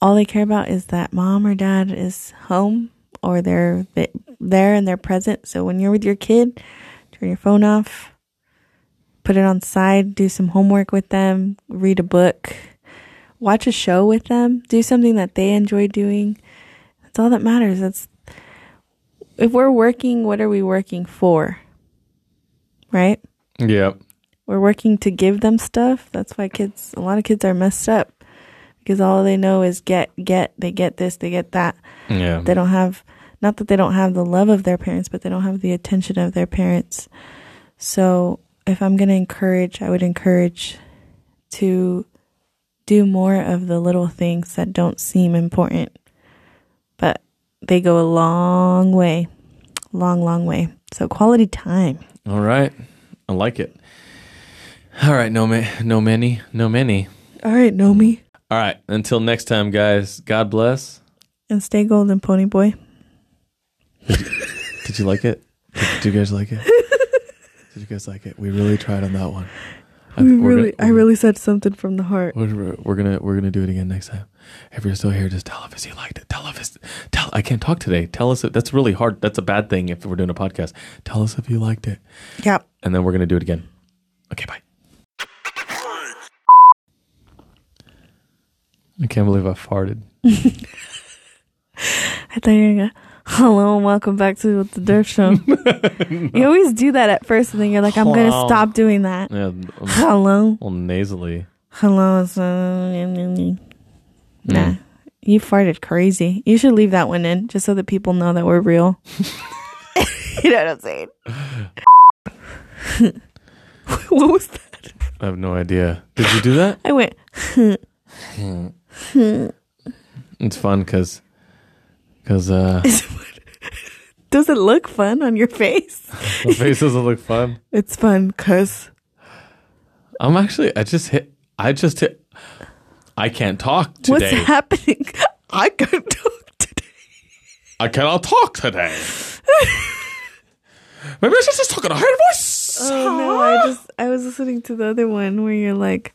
Speaker 2: All they care about is that mom or dad is home or they're th- there and they're present. So when you're with your kid, turn your phone off, put it on side, do some homework with them, read a book, watch a show with them, do something that they enjoy doing. That's all that matters. That's if we're working, what are we working for? Right?
Speaker 1: Yep.
Speaker 2: We're working to give them stuff. That's why kids, a lot of kids are messed up because all they know is get, get, they get this, they get that.
Speaker 1: Yeah.
Speaker 2: They don't have, not that they don't have the love of their parents, but they don't have the attention of their parents. So if I'm going to encourage, I would encourage to do more of the little things that don't seem important, but they go a long way. Long, long way. So quality time.
Speaker 1: All right. I like it. All right, no ma- no many, no many.
Speaker 2: All right, Nomi.
Speaker 1: All right, until next time guys. God bless.
Speaker 2: And stay golden, pony boy.
Speaker 1: Did you like it? Did, did you guys like it? Did you guys like it? We really tried on that one. I
Speaker 2: We
Speaker 1: think we're
Speaker 2: really,
Speaker 1: gonna-
Speaker 2: I really said something from the heart.
Speaker 1: We're, we're gonna we're gonna do it again next time. If you're still here, just tell us you liked it. Tell us. Tell. I can't talk today. Tell us. If, that's really hard. That's a bad thing if we're doing a podcast. Tell us if you liked it,
Speaker 2: Yeah.
Speaker 1: and then we're gonna do it again. Okay, bye. I can't believe I farted.
Speaker 2: I thought you were gonna. Hello and welcome back to the Dirt Show. You always do that at first, and then you're like, "I'm
Speaker 1: Hello.
Speaker 2: gonna stop doing that."
Speaker 1: Yeah, I'm
Speaker 2: Hello,
Speaker 1: all nasally.
Speaker 2: hello. it's, uh,
Speaker 1: Hmm.
Speaker 2: Nah, you farted crazy. You should leave that one in just so that people know that we're real. you know what I'm saying? what was that?
Speaker 1: I have no idea. Did you do that?
Speaker 2: I went.
Speaker 1: It's fun because because uh,
Speaker 2: Does it look fun on your face?
Speaker 1: my face doesn't look fun.
Speaker 2: It's fun, cause
Speaker 1: I'm actually. I just hit. I just hit. I can't talk
Speaker 2: what's
Speaker 1: today.
Speaker 2: happening? I could talk today.
Speaker 1: I cannot talk today. Maybe I should just talk in a higher voice.
Speaker 2: Oh no, I just I was listening to the other one where you're like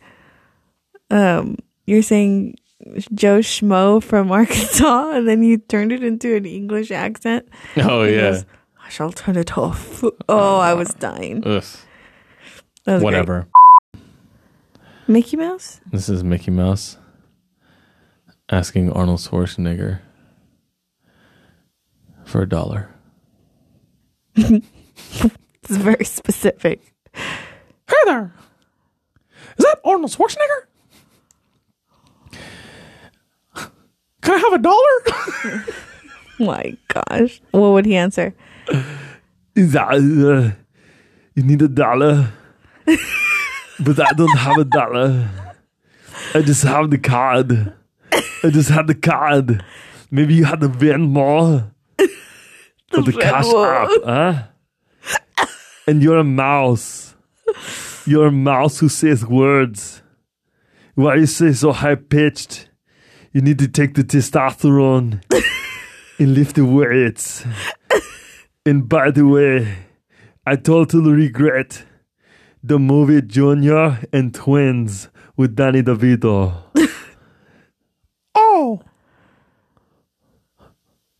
Speaker 2: um you're saying Joe Schmo from Arkansas and then you turned it into an English accent.
Speaker 1: oh
Speaker 2: It
Speaker 1: yeah.
Speaker 2: goes, I shall turn it off. Oh, I was dying.
Speaker 1: Ugh.
Speaker 2: That was great.
Speaker 1: Whatever.
Speaker 2: Mickey Mouse?
Speaker 1: This is Mickey Mouse asking Arnold Schwarzenegger for a dollar.
Speaker 2: It's very specific.
Speaker 1: Hey there. Is that Arnold Schwarzenegger? Can I have a dollar?
Speaker 2: My gosh. What would he answer?
Speaker 1: Is that, uh, you need a dollar, but I don't have a dollar. I just have the card. I just had the card. Maybe you had the Venmo more or the Cash
Speaker 2: Venmo.
Speaker 1: App, huh? And you're a mouse. You're a mouse who says words. Why you say so high pitched? You need to take the testosterone and lift the weights. And by the way, I totally regret the movie Junior and Twins with Danny DeVito. oh!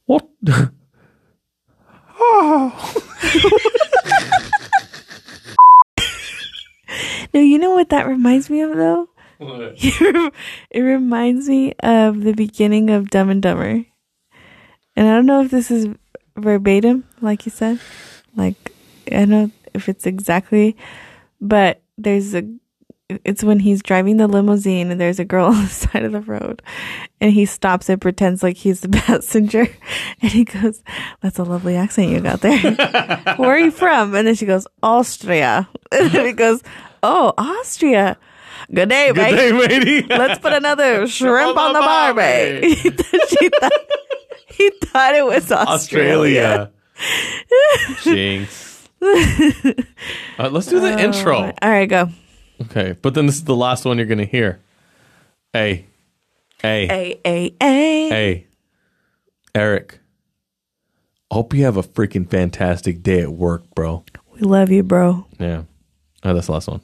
Speaker 1: What? oh!
Speaker 2: No, you know what that reminds me of though? it reminds me of the beginning of Dumb and Dumber. And I don't know if this is verbatim, like you said. Like, I don't know if it's exactly, but there's a, it's when he's driving the limousine and there's a girl on the side of the road and he stops and pretends like he's the passenger. And he goes, That's a lovely accent you got there. Where are you from? And then she goes, Austria. And then he goes, Oh, Austria. Good day, mate.
Speaker 1: matey.
Speaker 2: Let's put another shrimp on the bar, babe.
Speaker 1: mate.
Speaker 2: he thought he thought it was Australia.
Speaker 1: Australia. Jinx. All right, let's do the intro.
Speaker 2: All right, go.
Speaker 1: Okay, but then this is the last one you're going to hear. Hey. Hey.
Speaker 2: A A A.
Speaker 1: Hey, Eric. Hope you have a freaking fantastic day at work, bro.
Speaker 2: We love you, bro.
Speaker 1: Yeah. Oh, that's the last one.